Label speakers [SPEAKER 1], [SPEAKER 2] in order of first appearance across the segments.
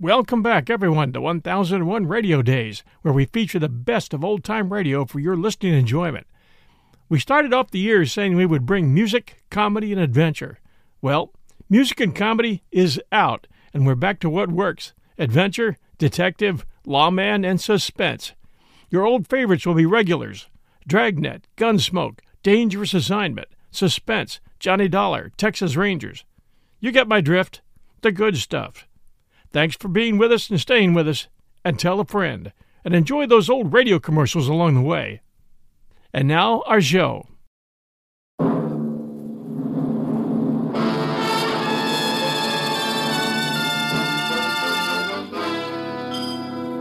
[SPEAKER 1] Welcome back, everyone, to 1001 Radio Days, where we feature the best of old time radio for your listening enjoyment. We started off the year saying we would bring music, comedy, and adventure. Well, music and comedy is out, and we're back to what works adventure, detective, lawman, and suspense. Your old favorites will be regulars Dragnet, Gunsmoke, Dangerous Assignment, Suspense, Johnny Dollar, Texas Rangers. You get my drift? The good stuff. Thanks for being with us and staying with us, and tell a friend, and enjoy those old radio commercials along the way. And now, our show.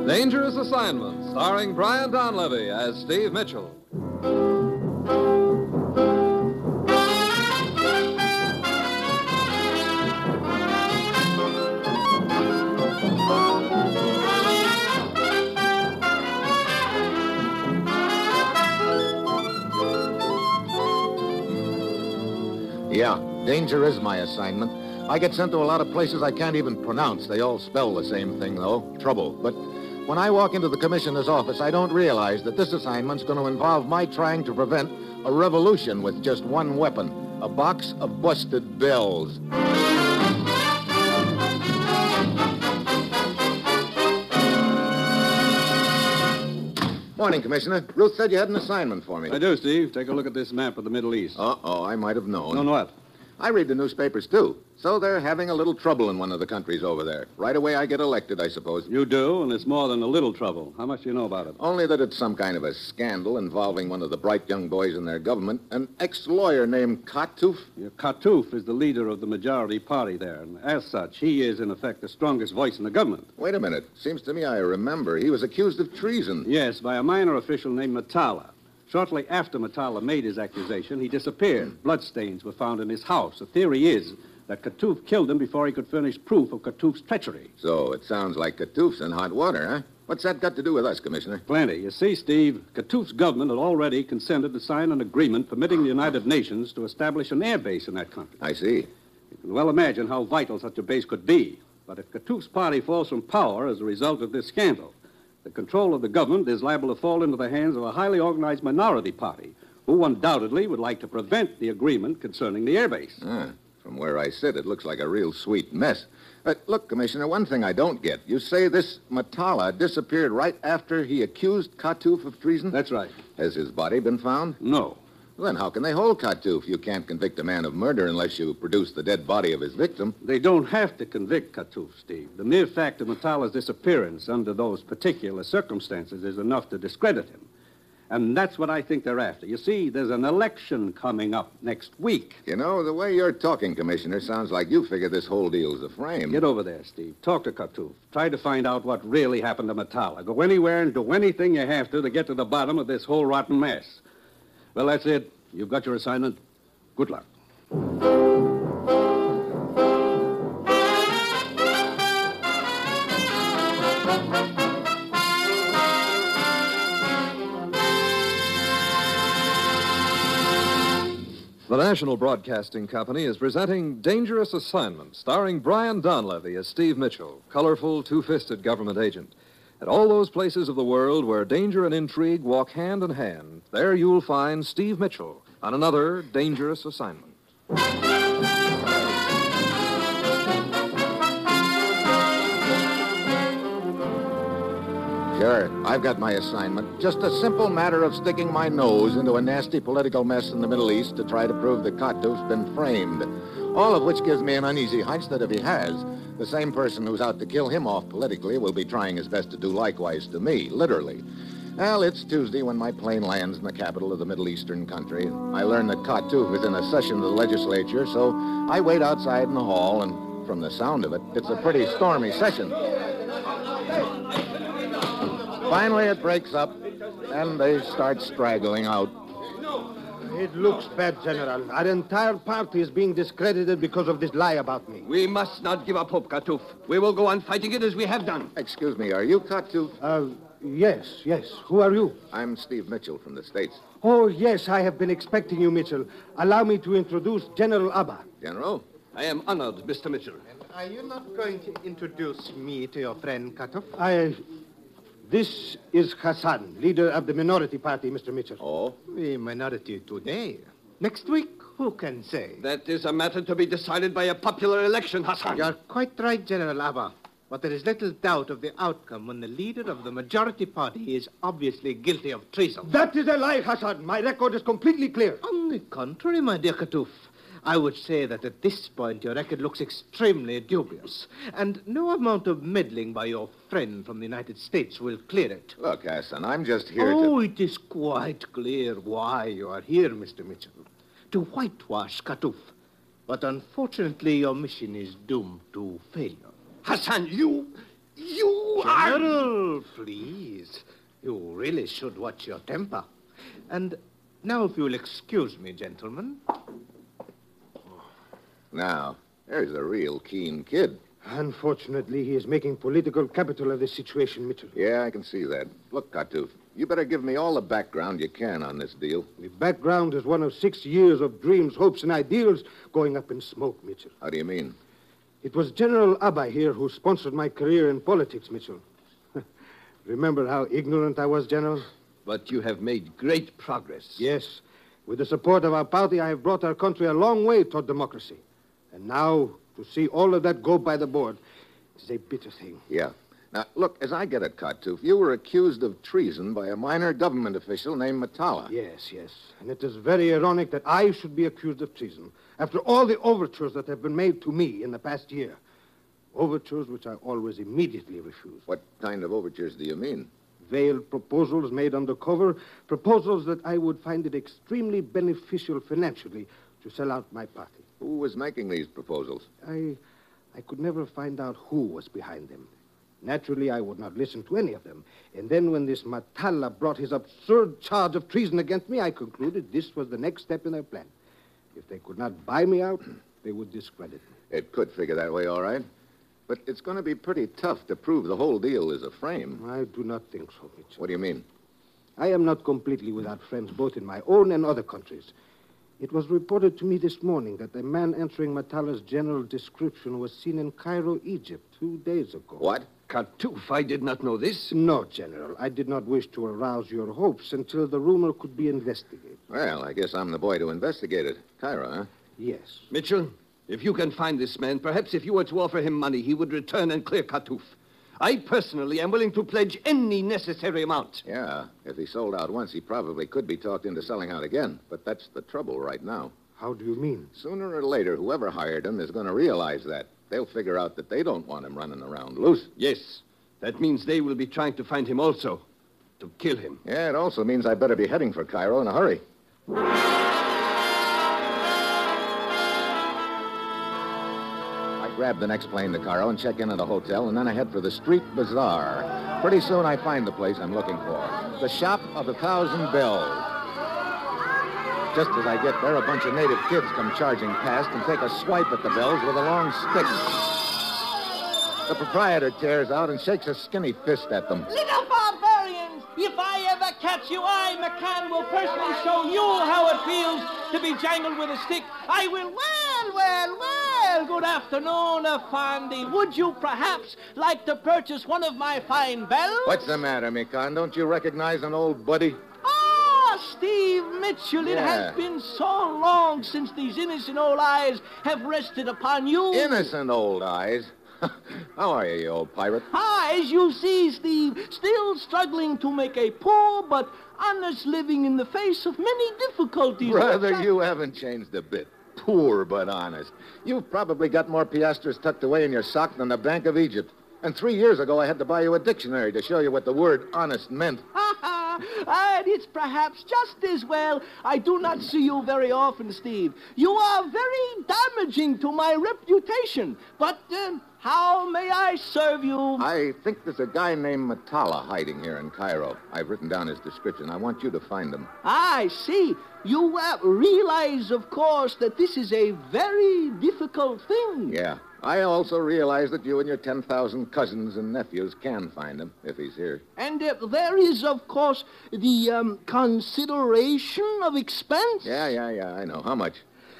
[SPEAKER 2] Dangerous Assignment, starring Brian Donlevy as Steve Mitchell.
[SPEAKER 3] Yeah, danger is my assignment. I get sent to a lot of places I can't even pronounce. They all spell the same thing, though trouble. But when I walk into the commissioner's office, I don't realize that this assignment's going to involve my trying to prevent a revolution with just one weapon a box of busted bells. Morning, Commissioner. Ruth said you had an assignment for me.
[SPEAKER 2] I do, Steve. Take a look at this map of the Middle East.
[SPEAKER 3] Uh oh, I might have known.
[SPEAKER 2] Known what?
[SPEAKER 3] I read the newspapers, too. So they're having a little trouble in one of the countries over there. Right away, I get elected, I suppose.
[SPEAKER 2] You do, and it's more than a little trouble. How much do you know about it?
[SPEAKER 3] Only that it's some kind of a scandal involving one of the bright young boys in their government, an ex lawyer named Katouf.
[SPEAKER 2] Your Katouf is the leader of the majority party there, and as such, he is, in effect, the strongest voice in the government.
[SPEAKER 3] Wait a minute. Seems to me I remember. He was accused of treason.
[SPEAKER 2] Yes, by a minor official named Matala. Shortly after Matala made his accusation, he disappeared. Bloodstains were found in his house. The theory is that Katouf killed him before he could furnish proof of Katouf's treachery.
[SPEAKER 3] So it sounds like Katouf's in hot water, huh? What's that got to do with us, Commissioner?
[SPEAKER 2] Plenty. You see, Steve, Katouf's government had already consented to sign an agreement permitting the United Nations to establish an air base in that country.
[SPEAKER 3] I see.
[SPEAKER 2] You can well imagine how vital such a base could be. But if Katouf's party falls from power as a result of this scandal, the control of the government is liable to fall into the hands of a highly organized minority party who undoubtedly would like to prevent the agreement concerning the airbase.
[SPEAKER 3] Ah, from where I sit, it looks like a real sweet mess. But look, Commissioner, one thing I don't get. You say this Matala disappeared right after he accused Katouf of treason?
[SPEAKER 2] That's right.
[SPEAKER 3] Has his body been found?
[SPEAKER 2] No.
[SPEAKER 3] Then how can they hold Katouf? You can't convict a man of murder unless you produce the dead body of his victim.
[SPEAKER 2] They don't have to convict Katouf, Steve. The mere fact of Matala's disappearance under those particular circumstances is enough to discredit him. And that's what I think they're after. You see, there's an election coming up next week.
[SPEAKER 3] You know, the way you're talking, Commissioner, sounds like you figure this whole deal's a frame.
[SPEAKER 2] Get over there, Steve. Talk to Katouf. Try to find out what really happened to Matala. Go anywhere and do anything you have to to get to the bottom of this whole rotten mess. Well, that's it. You've got your assignment. Good luck.
[SPEAKER 4] The National Broadcasting Company is presenting Dangerous Assignment, starring Brian Donlevy as Steve Mitchell, colorful, two fisted government agent. At all those places of the world where danger and intrigue walk hand in hand, there you'll find Steve Mitchell on another Dangerous Assignment.
[SPEAKER 3] Sure, I've got my assignment. Just a simple matter of sticking my nose into a nasty political mess in the Middle East to try to prove that Katouf's been framed. All of which gives me an uneasy hunch that if he has, the same person who's out to kill him off politically will be trying his best to do likewise to me, literally. Well, it's Tuesday when my plane lands in the capital of the Middle Eastern country. I learn that Katouf is in a session of the legislature, so I wait outside in the hall, and from the sound of it, it's a pretty stormy session. Finally, it breaks up, and they start straggling out.
[SPEAKER 5] It looks bad, General. Our entire party is being discredited because of this lie about me.
[SPEAKER 6] We must not give up hope, Katouf. We will go on fighting it as we have done.
[SPEAKER 3] Excuse me, are you Katouf?
[SPEAKER 5] Uh, yes, yes. Who are you?
[SPEAKER 3] I'm Steve Mitchell from the States.
[SPEAKER 5] Oh, yes, I have been expecting you, Mitchell. Allow me to introduce General Abba.
[SPEAKER 3] General?
[SPEAKER 6] I am honored, Mr. Mitchell.
[SPEAKER 5] Are you not going to introduce me to your friend, Katov? I. This is Hassan, leader of the minority party, Mr. Mitchell.
[SPEAKER 3] Oh?
[SPEAKER 5] The minority today. Next week, who can say?
[SPEAKER 6] That is a matter to be decided by a popular election, Hassan.
[SPEAKER 7] You're quite right, General Abba. But there is little doubt of the outcome when the leader of the majority party is obviously guilty of treason.
[SPEAKER 5] That is a lie, Hassan. My record is completely clear.
[SPEAKER 7] On the contrary, my dear Katouf, I would say that at this point your record looks extremely dubious, and no amount of meddling by your friend from the United States will clear it.
[SPEAKER 3] Look, Hassan, I'm just here
[SPEAKER 7] oh,
[SPEAKER 3] to.
[SPEAKER 7] it is quite clear why you are here, Mr. Mitchell. To whitewash Katouf. But unfortunately, your mission is doomed to failure.
[SPEAKER 6] Hassan, you. You are.
[SPEAKER 7] General, please. You really should watch your temper. And now, if you'll excuse me, gentlemen.
[SPEAKER 3] Now, there's a real keen kid.
[SPEAKER 5] Unfortunately, he is making political capital of this situation, Mitchell.
[SPEAKER 3] Yeah, I can see that. Look, Katouf, you better give me all the background you can on this deal.
[SPEAKER 5] The background is one of six years of dreams, hopes, and ideals going up in smoke, Mitchell.
[SPEAKER 3] How do you mean?
[SPEAKER 5] It was General Abba here who sponsored my career in politics, Mitchell. Remember how ignorant I was, General?
[SPEAKER 6] But you have made great progress.
[SPEAKER 5] Yes. With the support of our party, I have brought our country a long way toward democracy. And now, to see all of that go by the board, it is a bitter thing.
[SPEAKER 3] Yeah. Now, look, as I get it, Katouf, you were accused of treason by a minor government official named Matala.
[SPEAKER 5] Yes, yes. And it is very ironic that I should be accused of treason after all the overtures that have been made to me in the past year. Overtures which I always immediately refuse.
[SPEAKER 3] What kind of overtures do you mean?
[SPEAKER 5] Veiled proposals made under cover, proposals that I would find it extremely beneficial financially to sell out my party.
[SPEAKER 3] Who was making these proposals?
[SPEAKER 5] I, I could never find out who was behind them. Naturally, I would not listen to any of them. And then when this Matala brought his absurd charge of treason against me, I concluded this was the next step in their plan. If they could not buy me out, they would discredit me.
[SPEAKER 3] It could figure that way, all right. But it's going to be pretty tough to prove the whole deal is a frame.
[SPEAKER 5] I do not think so, Mitchell.
[SPEAKER 3] What do you mean?
[SPEAKER 5] I am not completely without friends, both in my own and other countries. It was reported to me this morning that a man answering Matala's general description was seen in Cairo, Egypt, two days ago.
[SPEAKER 3] What?
[SPEAKER 6] Kartouf, I did not know this.
[SPEAKER 5] No, General. I did not wish to arouse your hopes until the rumor could be investigated.
[SPEAKER 3] Well, I guess I'm the boy to investigate it. Kyra, huh?
[SPEAKER 5] Yes.
[SPEAKER 6] Mitchell, if you can find this man, perhaps if you were to offer him money, he would return and clear Katouf. I personally am willing to pledge any necessary amount.
[SPEAKER 3] Yeah. If he sold out once, he probably could be talked into selling out again. But that's the trouble right now.
[SPEAKER 5] How do you mean?
[SPEAKER 3] Sooner or later, whoever hired him is going to realize that. They'll figure out that they don't want him running around loose.
[SPEAKER 6] Yes, that means they will be trying to find him also, to kill him.
[SPEAKER 3] Yeah, it also means I better be heading for Cairo in a hurry. I grab the next plane to Cairo and check in at a hotel, and then I head for the street bazaar. Pretty soon I find the place I'm looking for the Shop of a Thousand Bells. Just as I get there, a bunch of native kids come charging past and take a swipe at the bells with a long stick. The proprietor tears out and shakes a skinny fist at them.
[SPEAKER 8] Little barbarians, if I ever catch you, I, McCann, will personally show you how it feels to be jangled with a stick. I will. Well, well, well. Good afternoon, Afandi. Would you perhaps like to purchase one of my fine bells?
[SPEAKER 3] What's the matter, Mikan? Don't you recognize an old buddy?
[SPEAKER 8] Ah, Steve Mitchell, it
[SPEAKER 3] Yeah.
[SPEAKER 8] has been so long since these innocent old eyes have rested upon you.
[SPEAKER 3] Innocent old eyes. How are you, you old pirate?
[SPEAKER 8] Ah, as you see, Steve, still struggling to make a poor but honest living in the face of many difficulties.
[SPEAKER 3] Brother, you haven't changed a bit. Poor but honest. You've probably got more piastres tucked away in your sock than the Bank of Egypt. And three years ago, I had to buy you a dictionary to show you what the word honest meant.
[SPEAKER 8] and it's perhaps just as well. I do not see you very often, Steve. You are very damaging to my reputation. But uh, how may I serve you?
[SPEAKER 3] I think there's a guy named Matala hiding here in Cairo. I've written down his description. I want you to find him.
[SPEAKER 8] I see. You uh, realize, of course, that this is a very difficult thing.
[SPEAKER 3] Yeah. I also realize that you and your 10,000 cousins and nephews can find him if he's here.
[SPEAKER 8] And uh, there is, of course, the um, consideration of expense.
[SPEAKER 3] Yeah, yeah, yeah, I know. How much?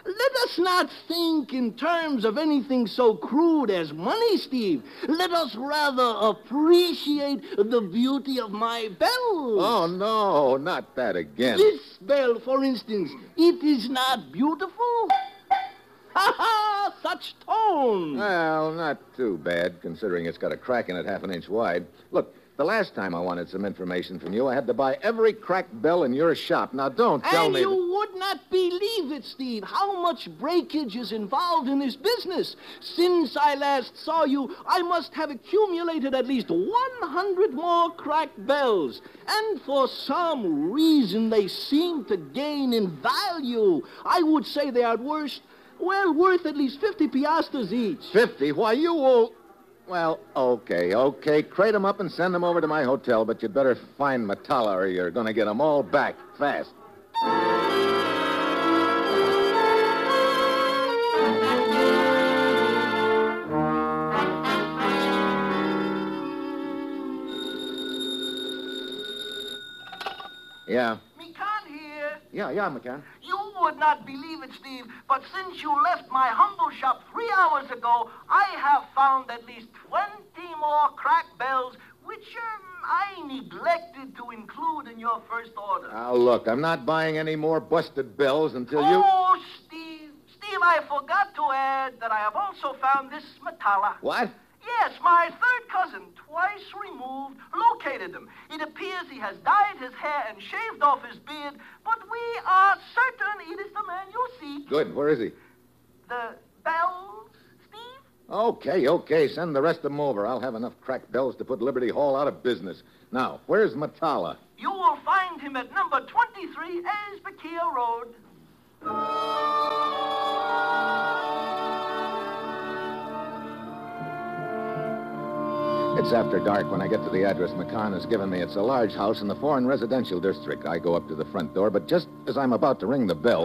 [SPEAKER 6] Let us not think in terms of anything so crude as money, Steve. Let us rather appreciate the beauty of my bell.
[SPEAKER 3] Oh, no, not that again.
[SPEAKER 6] This bell, for instance, it is not beautiful. Ha ha! Ah, Such tone!
[SPEAKER 3] Well, not too bad, considering it's got a crack in it half an inch wide. Look, the last time I wanted some information from you, I had to buy every cracked bell in your shop. Now, don't tell
[SPEAKER 6] and
[SPEAKER 3] me.
[SPEAKER 6] you would not believe it, Steve, how much breakage is involved in this business. Since I last saw you, I must have accumulated at least 100 more cracked bells. And for some reason, they seem to gain in value. I would say they are worth, well, worth at least 50 piastres each.
[SPEAKER 3] 50? Why, you old. Well, okay, okay. Crate 'em up and send 'em over to my hotel, but you'd better find Matala or you're going to get 'em all back fast. Yeah,
[SPEAKER 8] Me can here.
[SPEAKER 3] yeah, yeah, McCann.
[SPEAKER 8] You would not believe it, Steve, but since you left my humble shop three hours ago, I have found at least 20 more crack bells, which um, I neglected to include in your first order.
[SPEAKER 3] Now, look, I'm not buying any more busted bells until you.
[SPEAKER 8] Oh, Steve. Steve, I forgot to add that I have also found this Metalla.
[SPEAKER 3] What?
[SPEAKER 8] Yes, my third cousin, twice removed, located him. It appears he has dyed his hair and shaved off his beard, but we are certain it is the man you seek.
[SPEAKER 3] Good, where is he?
[SPEAKER 8] The bells, Steve?
[SPEAKER 3] Okay, okay. Send the rest of them over. I'll have enough crack bells to put Liberty Hall out of business. Now, where's Matala?
[SPEAKER 8] You will find him at number 23 Esbekiel Road.
[SPEAKER 3] It's after dark when I get to the address McCann has given me. It's a large house in the foreign residential district. I go up to the front door, but just as I'm about to ring the bell.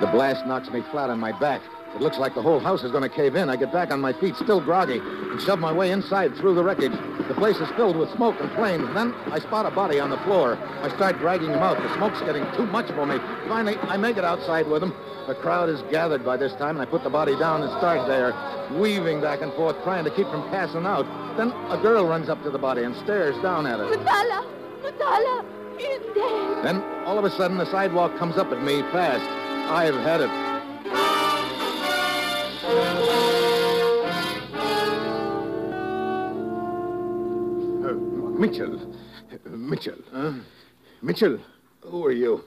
[SPEAKER 3] The blast knocks me flat on my back. It looks like the whole house is going to cave in. I get back on my feet, still groggy, and shove my way inside through the wreckage. The place is filled with smoke and flames. Then I spot a body on the floor. I start dragging him out. The smoke's getting too much for me. Finally, I make it outside with him. The crowd is gathered by this time, and I put the body down and start there, weaving back and forth, trying to keep from passing out. Then a girl runs up to the body and stares down at it.
[SPEAKER 9] Matala! Matala! He's dead!
[SPEAKER 3] Then, all of a sudden, the sidewalk comes up at me fast. I've had it.
[SPEAKER 7] Uh, Mitchell. Mitchell. Mitchell. Uh,
[SPEAKER 3] Who are you?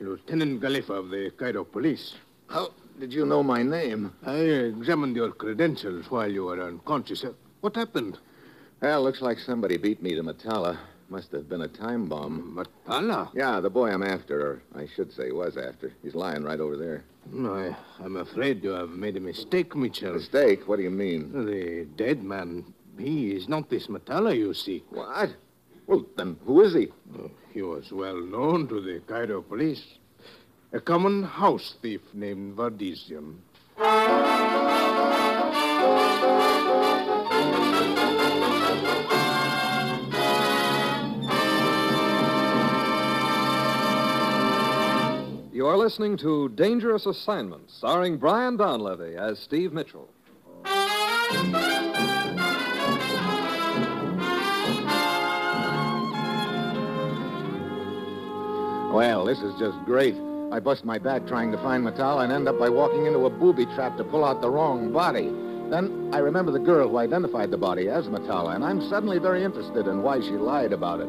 [SPEAKER 7] Lieutenant Galifa of the Cairo Police.
[SPEAKER 3] How did you know my name?
[SPEAKER 7] I examined your credentials while you were unconscious. Uh, What happened?
[SPEAKER 3] Well, looks like somebody beat me to Metalla. Must have been a time bomb.
[SPEAKER 7] Matala?
[SPEAKER 3] Yeah, the boy I'm after, or I should say was after. He's lying right over there.
[SPEAKER 7] No, I, am afraid you have made a mistake, Mitchell.
[SPEAKER 3] Mistake? What do you mean?
[SPEAKER 7] The dead man, he is not this Matala you seek.
[SPEAKER 3] What? Well, then who is he?
[SPEAKER 7] He was well known to the Cairo police. A common house thief named Vardisian.
[SPEAKER 4] You are listening to Dangerous Assignment, starring Brian Donlevy as Steve Mitchell.
[SPEAKER 3] Well, this is just great. I bust my back trying to find Matala and end up by walking into a booby trap to pull out the wrong body. Then I remember the girl who identified the body as Matala, and I'm suddenly very interested in why she lied about it.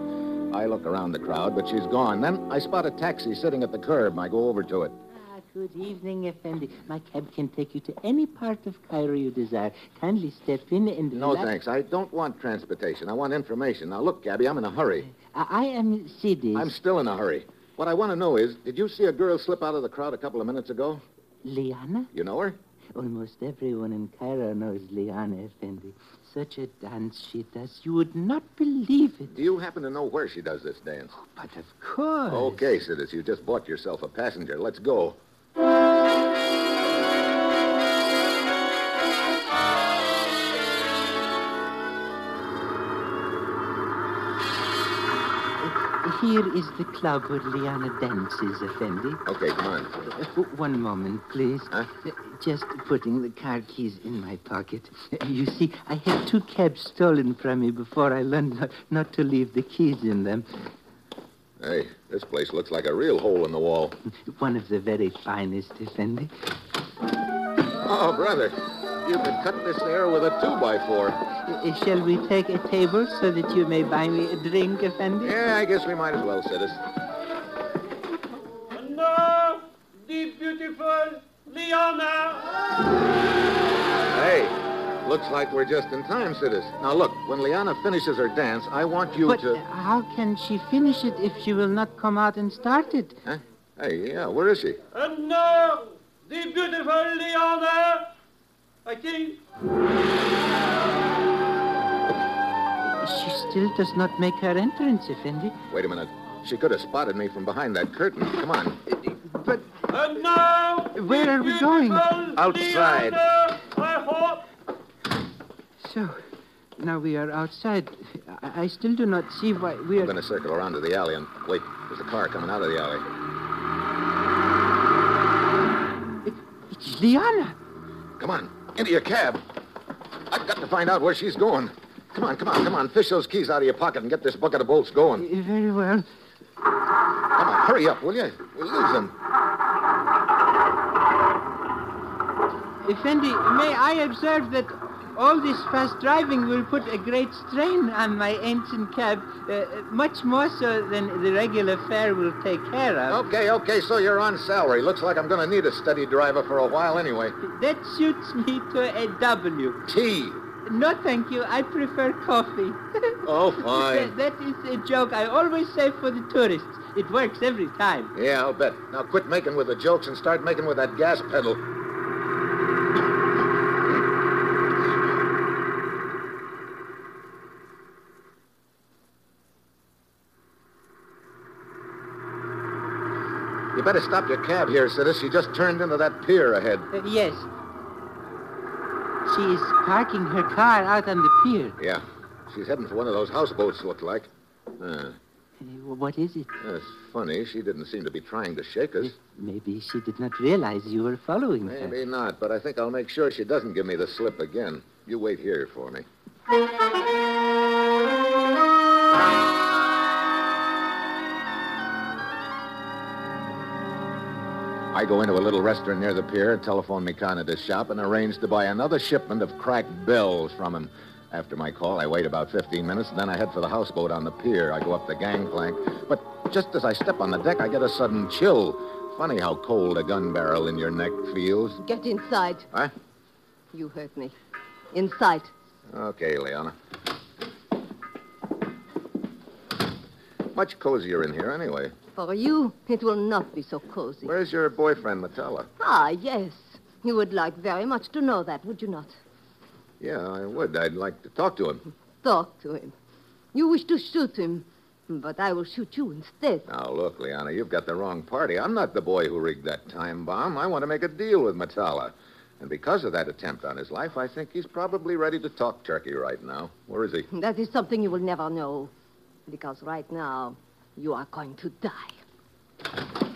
[SPEAKER 3] I look around the crowd, but she's gone. Then I spot a taxi sitting at the curb. I go over to it.
[SPEAKER 10] Ah, good evening, Effendi. My cab can take you to any part of Cairo you desire. Kindly step in and.
[SPEAKER 3] No,
[SPEAKER 10] relax.
[SPEAKER 3] thanks. I don't want transportation. I want information. Now, look, Gabby, I'm in a hurry.
[SPEAKER 10] I, I am Sidis.
[SPEAKER 3] I'm still in a hurry. What I want to know is, did you see a girl slip out of the crowd a couple of minutes ago?
[SPEAKER 10] Liana?
[SPEAKER 3] You know her?
[SPEAKER 10] Almost everyone in Cairo knows Liana, Effendi. Such a dance she does. You would not believe it. Oh,
[SPEAKER 3] Do you happen to know where she does this dance?
[SPEAKER 10] But of course.
[SPEAKER 3] Okay, Sidis, you just bought yourself a passenger. Let's go.
[SPEAKER 10] He Here is the club where Liana dances, Effendi.
[SPEAKER 3] Okay, come on.
[SPEAKER 10] Uh, w- One moment, please.
[SPEAKER 3] Huh?
[SPEAKER 10] Uh, Just putting the car keys in my pocket. Uh, You see, I had two cabs stolen from me before I learned not, not to leave the keys in them.
[SPEAKER 3] Hey, this place looks like a real hole in the wall.
[SPEAKER 10] One of the very finest, Effendi.
[SPEAKER 3] Oh, brother, you could cut this air with a two by four.
[SPEAKER 10] Uh, Shall we take a table so that you may buy me a drink, Effendi?
[SPEAKER 3] Yeah, I guess we might as well, Sidis.
[SPEAKER 8] No, the beautiful Liana.
[SPEAKER 3] Hey, looks like we're just in time, Sidis. Now look, when Liana finishes her dance, I want you
[SPEAKER 10] But
[SPEAKER 3] to.
[SPEAKER 10] uh, how can she finish it if she will not come out and start it?
[SPEAKER 3] Hey, yeah, where is she?
[SPEAKER 8] And now, the beautiful Liana. I think
[SPEAKER 10] She still does not make her entrance, Effendi.
[SPEAKER 3] Wait a minute. She could have spotted me from behind that curtain. Come on.
[SPEAKER 10] But
[SPEAKER 8] And now,
[SPEAKER 10] Where are we going?
[SPEAKER 3] Outside.
[SPEAKER 8] Leona, I hope.
[SPEAKER 10] so, now we are outside. I, I still do not see why we
[SPEAKER 3] I'm
[SPEAKER 10] are.
[SPEAKER 3] going to circle around to the alley and wait. There's a car coming out of the alley.
[SPEAKER 10] It's Liana.
[SPEAKER 3] Come on, into your cab. I've got to find out where she's going. Come on, come on, come on. Fish those keys out of your pocket and get this bucket of bolts going.
[SPEAKER 10] Eh, Very well.
[SPEAKER 3] Come on, hurry up, will you? We'll lose them.
[SPEAKER 10] Effendi, may I observe that all this fast driving will put a great strain on my ancient cab, uh, much more so than the regular fare will take care of.
[SPEAKER 3] Okay, okay, so you're on salary. Looks like I'm going to need a steady driver for a while anyway.
[SPEAKER 10] That suits me to a W.
[SPEAKER 3] Tea.
[SPEAKER 10] No, thank you. I prefer coffee.
[SPEAKER 3] Oh,
[SPEAKER 10] That-
[SPEAKER 3] fine.
[SPEAKER 10] that is a joke I always say for the tourists. It works every time.
[SPEAKER 3] Yeah, I'll bet. Now quit making with the jokes and start making with that gas pedal. You better stop your cab here, Sidis. You just turned into that pier ahead.
[SPEAKER 10] Uh, yes. She is parking her car out on the pier.
[SPEAKER 3] Yeah. She's heading for one of those houseboats, looked like. Uh,
[SPEAKER 10] Uh, What is it?
[SPEAKER 3] that's funny. She didn't seem to be trying to shake us.
[SPEAKER 10] Maybe she did not realize you were following her.
[SPEAKER 3] Maybe not, but I think I'll make sure she doesn't give me the slip again. You wait here for me. I go into a little restaurant near the pier, telephone Mikanada's shop, and arrange to buy another shipment of cracked bills from him. After my call, I wait about 15 minutes, and then I head for the houseboat on the pier. I go up the gangplank, but just as I step on the deck, I get a sudden chill. Funny how cold a gun barrel in your neck feels.
[SPEAKER 9] Get inside.
[SPEAKER 3] Huh?
[SPEAKER 9] You heard me. Inside.
[SPEAKER 3] Okay, Leona. Much cozier in here, anyway.
[SPEAKER 9] For you, it will not be so cozy.
[SPEAKER 3] Where's your boyfriend, Metella?
[SPEAKER 9] Ah, yes. You would like very much to know that, would you not?
[SPEAKER 3] Yeah, I would. I'd like to talk to him.
[SPEAKER 9] Talk to him. You wish to shoot him, but I will shoot you instead.
[SPEAKER 3] Now, look, Leona, you've got the wrong party. I'm not the boy who rigged that time bomb. I want to make a deal with Metella. And because of that attempt on his life, I think he's probably ready to talk turkey right now. Where is he?
[SPEAKER 9] That is something you will never know, because right now you are going to die.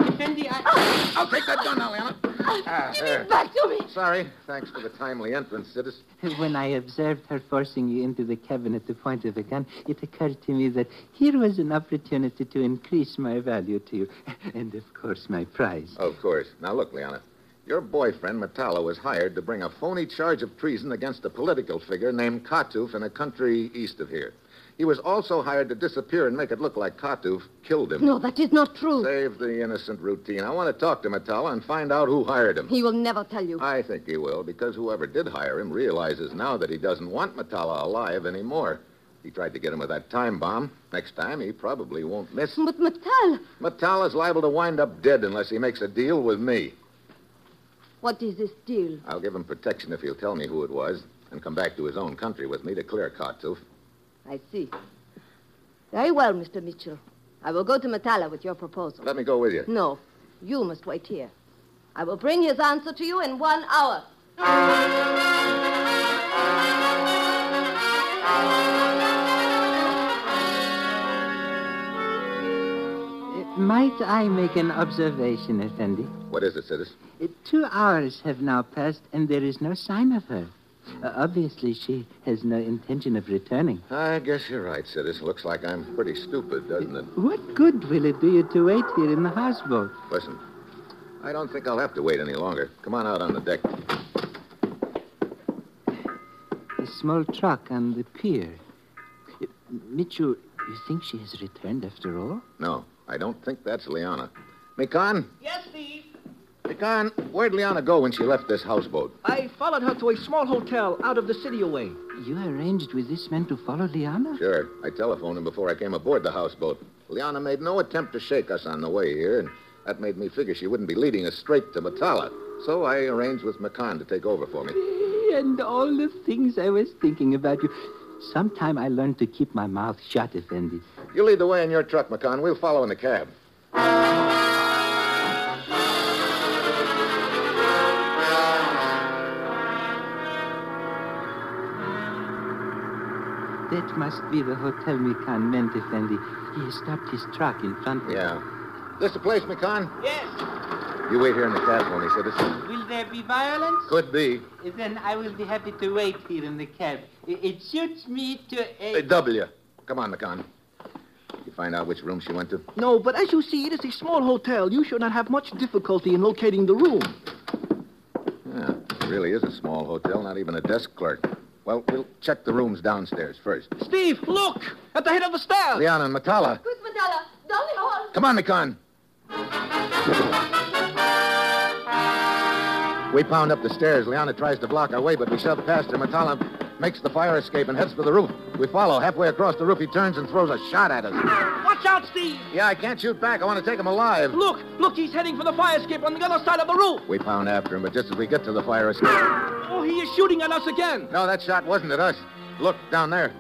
[SPEAKER 10] Effendi, I...
[SPEAKER 3] I'll take that gun now, Leona.
[SPEAKER 10] Oh,
[SPEAKER 3] Ah, there.
[SPEAKER 9] Back to me!
[SPEAKER 3] Sorry. Thanks for the timely entrance, Sidis.
[SPEAKER 10] When I observed her forcing you into the cabin at the point of a gun, it occurred to me that here was an opportunity to increase my value to you, and of course my prize.
[SPEAKER 3] Of course. Now, look, Leona. Your boyfriend, Metallo, was hired to bring a phony charge of treason against a political figure named Katouf in a country east of here. He was also hired to disappear and make it look like Katouf killed him.
[SPEAKER 9] No, that is not true.
[SPEAKER 3] Save the innocent routine. I want to talk to Metallo and find out who hired him.
[SPEAKER 9] He will never tell you.
[SPEAKER 3] I think he will, because whoever did hire him realizes now that he doesn't want Metallo alive anymore. He tried to get him with that time bomb. Next time, he probably won't miss.
[SPEAKER 9] But Mattel,
[SPEAKER 3] Metallo's liable to wind up dead unless he makes a deal with me.
[SPEAKER 9] what is this deal?
[SPEAKER 3] I'll give him protection if he'll tell me who it was and come back to his own country with me to clear Khartoum.
[SPEAKER 9] I see. Very well, Mr. Mitchell. I will go to Matala with your proposal.
[SPEAKER 3] Let me go with you.
[SPEAKER 9] No, you must wait here. I will bring his answer to you in one hour.
[SPEAKER 10] Uh, Might I make an observation, Effendi?
[SPEAKER 3] What is it, Citizen?
[SPEAKER 10] Uh, Two hours have now passed, and there is no sign of her. Uh, obviously, she has no intention of returning.
[SPEAKER 3] I guess you're right, Citizen. Looks like I'm pretty stupid, doesn't it?
[SPEAKER 10] What good will it do you to wait here in the house boat?
[SPEAKER 3] Listen, I don't think I'll have to wait any longer. Come on out on the deck.
[SPEAKER 10] A small truck on the pier. Uh, Mitchell, you think she has returned after all?
[SPEAKER 3] No, I don't think that's Leona. Mikan,
[SPEAKER 8] Yes, Steve.
[SPEAKER 3] Mikan, where'd Leona go when she left this houseboat?
[SPEAKER 6] I followed her to a small hotel out of the city away.
[SPEAKER 10] You arranged with this man to follow Liana?
[SPEAKER 3] Sure, I telephoned him before I came aboard the houseboat. Leona made no attempt to shake us on the way here, and that made me figure she wouldn't be leading us straight to Matala. So I arranged with Mikan to take over for me.
[SPEAKER 10] And all the things I was thinking about you. Sometime I learned to keep my mouth shut, Effendi.
[SPEAKER 3] You lead the way in your truck, McCon. We'll follow in the cab.
[SPEAKER 10] That must be the hotel Mikan meant, Effendi. He has stopped his truck in front of
[SPEAKER 3] Yeah. This the place, McCon?
[SPEAKER 10] Yes.
[SPEAKER 3] You wait here in the cab for me, citizen.
[SPEAKER 10] Will there be violence?
[SPEAKER 3] Could be.
[SPEAKER 10] Then I will be happy to wait here in the cab. I- It suits me to. eh,
[SPEAKER 3] A W. Come on, McCon. You find out which room she went to?
[SPEAKER 6] No, but as you see, it is a small hotel. You should not have much difficulty in locating the room.
[SPEAKER 3] Yeah. It really is a small hotel, not even a desk clerk. Well, we'll check the rooms downstairs first.
[SPEAKER 6] Steve, look! At the head of the stairs!
[SPEAKER 3] Leon and Matala.
[SPEAKER 9] Quick, Matala, down the hall.
[SPEAKER 3] Come on, McCon. We pound up the stairs. Leona tries to block our way, but we shove past her. Matala makes the fire escape and heads for the roof. We follow. Halfway across the roof, he turns and throws a shot at us.
[SPEAKER 8] Watch out, Steve.
[SPEAKER 3] Yeah, I can't shoot back. I want to take him alive.
[SPEAKER 8] Look, look, he's heading for the fire escape on the other side of the roof.
[SPEAKER 3] We pound after him, but just as we get to the fire escape.
[SPEAKER 8] Oh, he is shooting at us again. Oh.
[SPEAKER 3] No, that shot wasn't at us. Look, down there.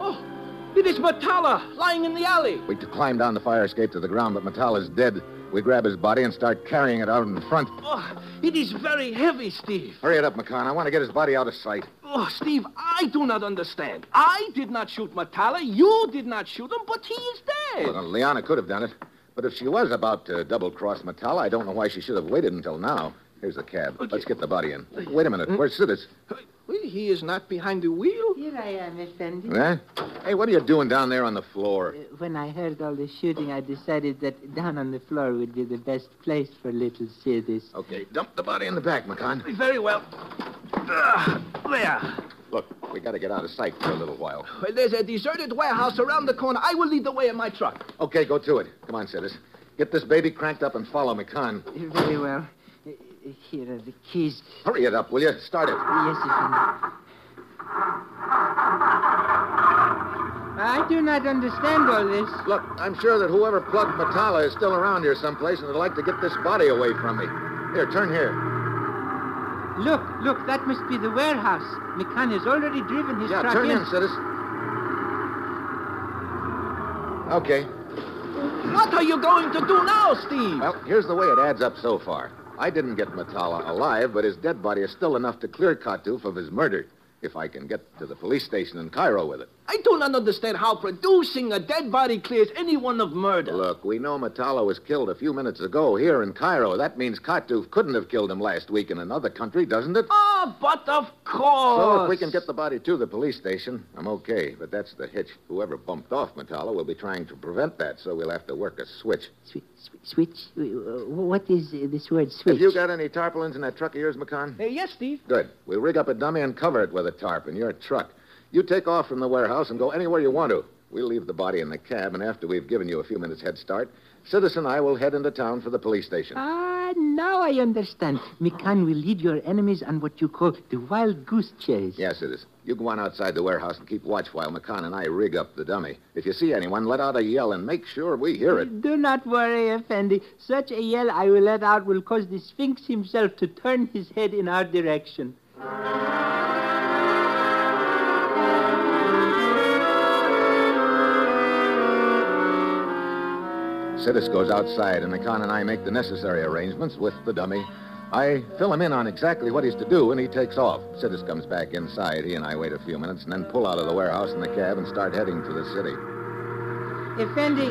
[SPEAKER 8] It is Matala lying in the alley.
[SPEAKER 3] We climb down the fire escape to the ground, but Matala's dead. We grab his body and start carrying it out in front.
[SPEAKER 8] Oh, it is very heavy, Steve.
[SPEAKER 3] Hurry it up, McCon. I want to get his body out of sight.
[SPEAKER 8] Oh, Steve, I do not understand. I did not shoot Matala. You did not shoot him, but he is dead.
[SPEAKER 3] Well, Leona could have done it. But if she was about to double cross Matala, I don't know why she should have waited until now. Here's the cab. Let's get the body in. Wait a minute. Where's Sidis?
[SPEAKER 6] Well, he is not behind the wheel.
[SPEAKER 10] Here I am, eh, Effendi.
[SPEAKER 3] Huh? Eh? Hey, what are you doing down there on the floor?
[SPEAKER 10] When I heard all the shooting, I decided that down on the floor would be the best place for little Sidis.
[SPEAKER 3] Okay, dump the body in the back, McCon.
[SPEAKER 8] Very well. Ah, there.
[SPEAKER 3] Look, we got to get out of sight for a little while.
[SPEAKER 6] Well, there's a deserted warehouse around the corner. I will lead the way in my truck.
[SPEAKER 3] Okay, go to it. Come on, Sidis. Get this baby cranked up and follow McCon.
[SPEAKER 10] Very well. Uh, uh, Here are the keys.
[SPEAKER 3] Hurry it up, will you? Start it.
[SPEAKER 10] Yes, Effendi. I do not understand all this.
[SPEAKER 3] Look, I'm sure that whoever plugged Matala is still around here someplace and would like to get this body away from me. Here, turn here.
[SPEAKER 10] Look, look, that must be the warehouse. McCann has already driven his
[SPEAKER 3] Yeah,
[SPEAKER 10] truck
[SPEAKER 3] turn in, Citizen. Okay.
[SPEAKER 8] What are you going to do now, Steve?
[SPEAKER 3] Well, here's the way it adds up so far. I didn't get Matala alive, but his dead body is still enough to clear Katouf of his murder, if I can get to the police station in Cairo with it.
[SPEAKER 8] I do not understand how producing a dead body clears anyone of murder.
[SPEAKER 3] Look, we know Matala was killed a few minutes ago here in Cairo. That means Katouf couldn't have killed him last week in another country, doesn't it?
[SPEAKER 8] Ah, but of course.
[SPEAKER 3] So if we can get the body to the police station, I'm okay. But that's the hitch. Whoever bumped off Matala will be trying to prevent that, so we'll have to work a switch.
[SPEAKER 10] Swi- swi- Switch? Uh, What is uh, this word, switch?
[SPEAKER 3] Have you got any tarpaulins in that truck of yours, McCon?
[SPEAKER 6] Hey, Uh, yes, Steve.
[SPEAKER 3] Good. We'll rig up a dummy and cover it with a tarp in your truck. You take off from the warehouse and go anywhere you want to. We'll leave the body in the cab, and after we've given you a few minutes head start, Citizen and I will head into town for the police station.
[SPEAKER 10] Ah, now I understand. Mikan will lead your enemies on what you call the wild goose chase.
[SPEAKER 3] Yes, Citizen. You go on outside the warehouse and keep watch while McCon and I rig up the dummy. If you see anyone, let out a yell and make sure we hear it.
[SPEAKER 10] Do not worry, Effendi. Such a yell I will let out will cause the Sphinx himself to turn his head in our direction.
[SPEAKER 3] Sidis goes outside, and McCon and I make the necessary arrangements with the dummy. I fill him in on exactly what he's to do, and he takes off. Sidis comes back inside. He and I wait a few minutes, and then pull out of the warehouse in the cab and start heading for the city.
[SPEAKER 10] Effendi,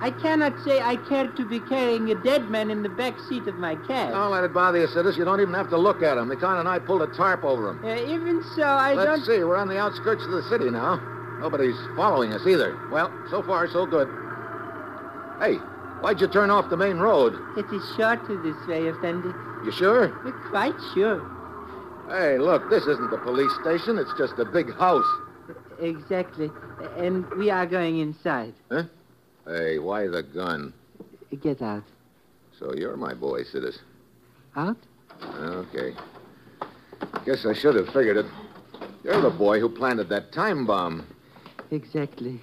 [SPEAKER 10] I cannot say I care to be carrying a dead man in the back seat of my cab.
[SPEAKER 3] Don't let it bother you, Sidis. You don't even have to look at him. The con and I pulled a tarp over him.
[SPEAKER 10] Uh, even so, I
[SPEAKER 3] Let's
[SPEAKER 10] don't.
[SPEAKER 3] see. We're on the outskirts of the city now. Nobody's following us either. Well, so far, so good. Hey, why'd you turn off the main road?
[SPEAKER 10] It is shorter this way, Effendi.
[SPEAKER 3] You sure?
[SPEAKER 10] We're quite sure.
[SPEAKER 3] Hey, look, this isn't the police station. It's just a big house.
[SPEAKER 10] Exactly. And we are going inside.
[SPEAKER 3] Huh? Hey, why the gun?
[SPEAKER 10] Get out.
[SPEAKER 3] So you're my boy, Sidis.
[SPEAKER 10] Out?
[SPEAKER 3] Okay. Guess I should have figured it. You're the boy who planted that time bomb.
[SPEAKER 10] Exactly.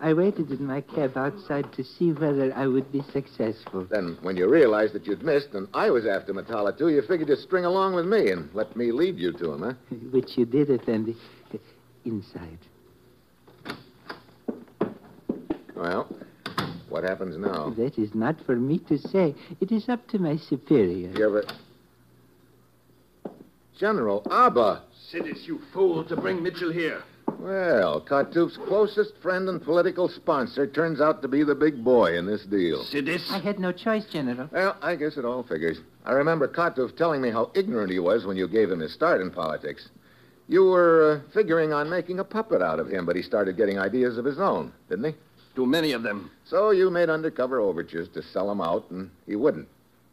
[SPEAKER 10] I waited in my cab outside to see whether I would be successful.
[SPEAKER 3] Then, when you realized that you'd missed and I was after Matala, too, you figured you'd string along with me and let me lead you to him, huh?
[SPEAKER 10] Which you did, Effendi. Inside.
[SPEAKER 3] Well, what happens now?
[SPEAKER 10] That is not for me to say. It is up to my superior.
[SPEAKER 3] You ever. General Abba.
[SPEAKER 11] Sidis, you fool, to bring Mitchell here.
[SPEAKER 3] Well, Kartouf's closest friend and political sponsor turns out to be the big boy in this deal.
[SPEAKER 11] Sidis?
[SPEAKER 10] I had no choice, General.
[SPEAKER 3] Well, I guess it all figures. I remember Kotov telling me how ignorant he was when you gave him his start in politics. You were uh, figuring on making a puppet out of him, but he started getting ideas of his own, didn't he?
[SPEAKER 11] Too many of them.
[SPEAKER 3] So you made undercover overtures to sell him out, and he wouldn't.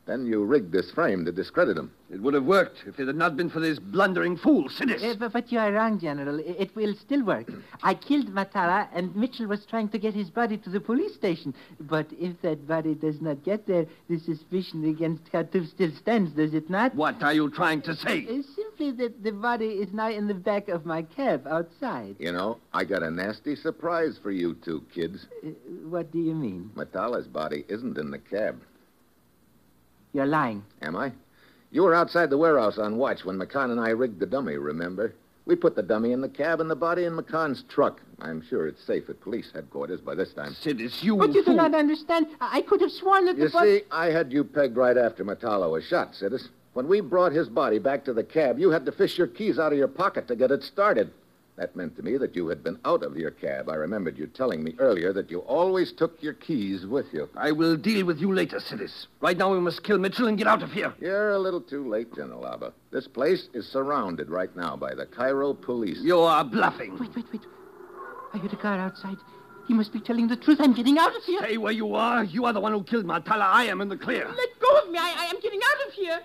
[SPEAKER 3] Then you rigged this frame to discredit him.
[SPEAKER 11] It would have worked if it had not been for this blundering fool, Sidis.
[SPEAKER 10] Uh, but, but you are wrong, General. I- It will still work. I killed Matara, and Mitchell was trying to get his body to the police station. But if that body does not get there, the suspicion against Khartoum still stands, does it not?
[SPEAKER 11] What are you trying to say?
[SPEAKER 10] Uh, simply that the body is now in the back of my cab outside.
[SPEAKER 11] Eh,
[SPEAKER 3] You know, I got a nasty surprise for you two kids.
[SPEAKER 10] Uh, what do you mean?
[SPEAKER 3] Matala's body isn't in the cab,
[SPEAKER 10] You're lying.
[SPEAKER 3] am I? You were outside the warehouse on watch when McCann and I rigged the dummy, remember? We put the dummy in the cab and the body in McCann's truck. I'm sure it's safe at police headquarters by this time.
[SPEAKER 11] Sidis, you
[SPEAKER 10] But you do
[SPEAKER 11] fool.
[SPEAKER 10] not understand. I I could have sworn that
[SPEAKER 3] You
[SPEAKER 10] the body...
[SPEAKER 3] see, I had you pegged right after Metallo was shot, Sidis. When we brought his body back to the cab, you had to fish your keys out of your pocket to get it started. That meant to me that you had been out of your cab. I remembered you telling me earlier that you always took your keys with you.
[SPEAKER 11] I will deal with you later, Sidis. Right now we must kill Mitchell and get out of here.
[SPEAKER 3] You're a little too late, General Abba. This place is surrounded right now by the Cairo police.
[SPEAKER 11] You are bluffing.
[SPEAKER 10] Wait, wait, wait. I heard a car outside. He must be telling the truth. I'm getting out of here.
[SPEAKER 11] Stay where you are. You are the one who killed Martala. I am in the clear.
[SPEAKER 10] Let go of me. I, I am getting out of here.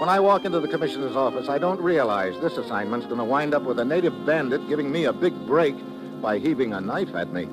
[SPEAKER 3] when I walk into the commissioner's office, I don't realize this assignment's going to wind up with a native bandit giving me a big break by heaving a knife at me.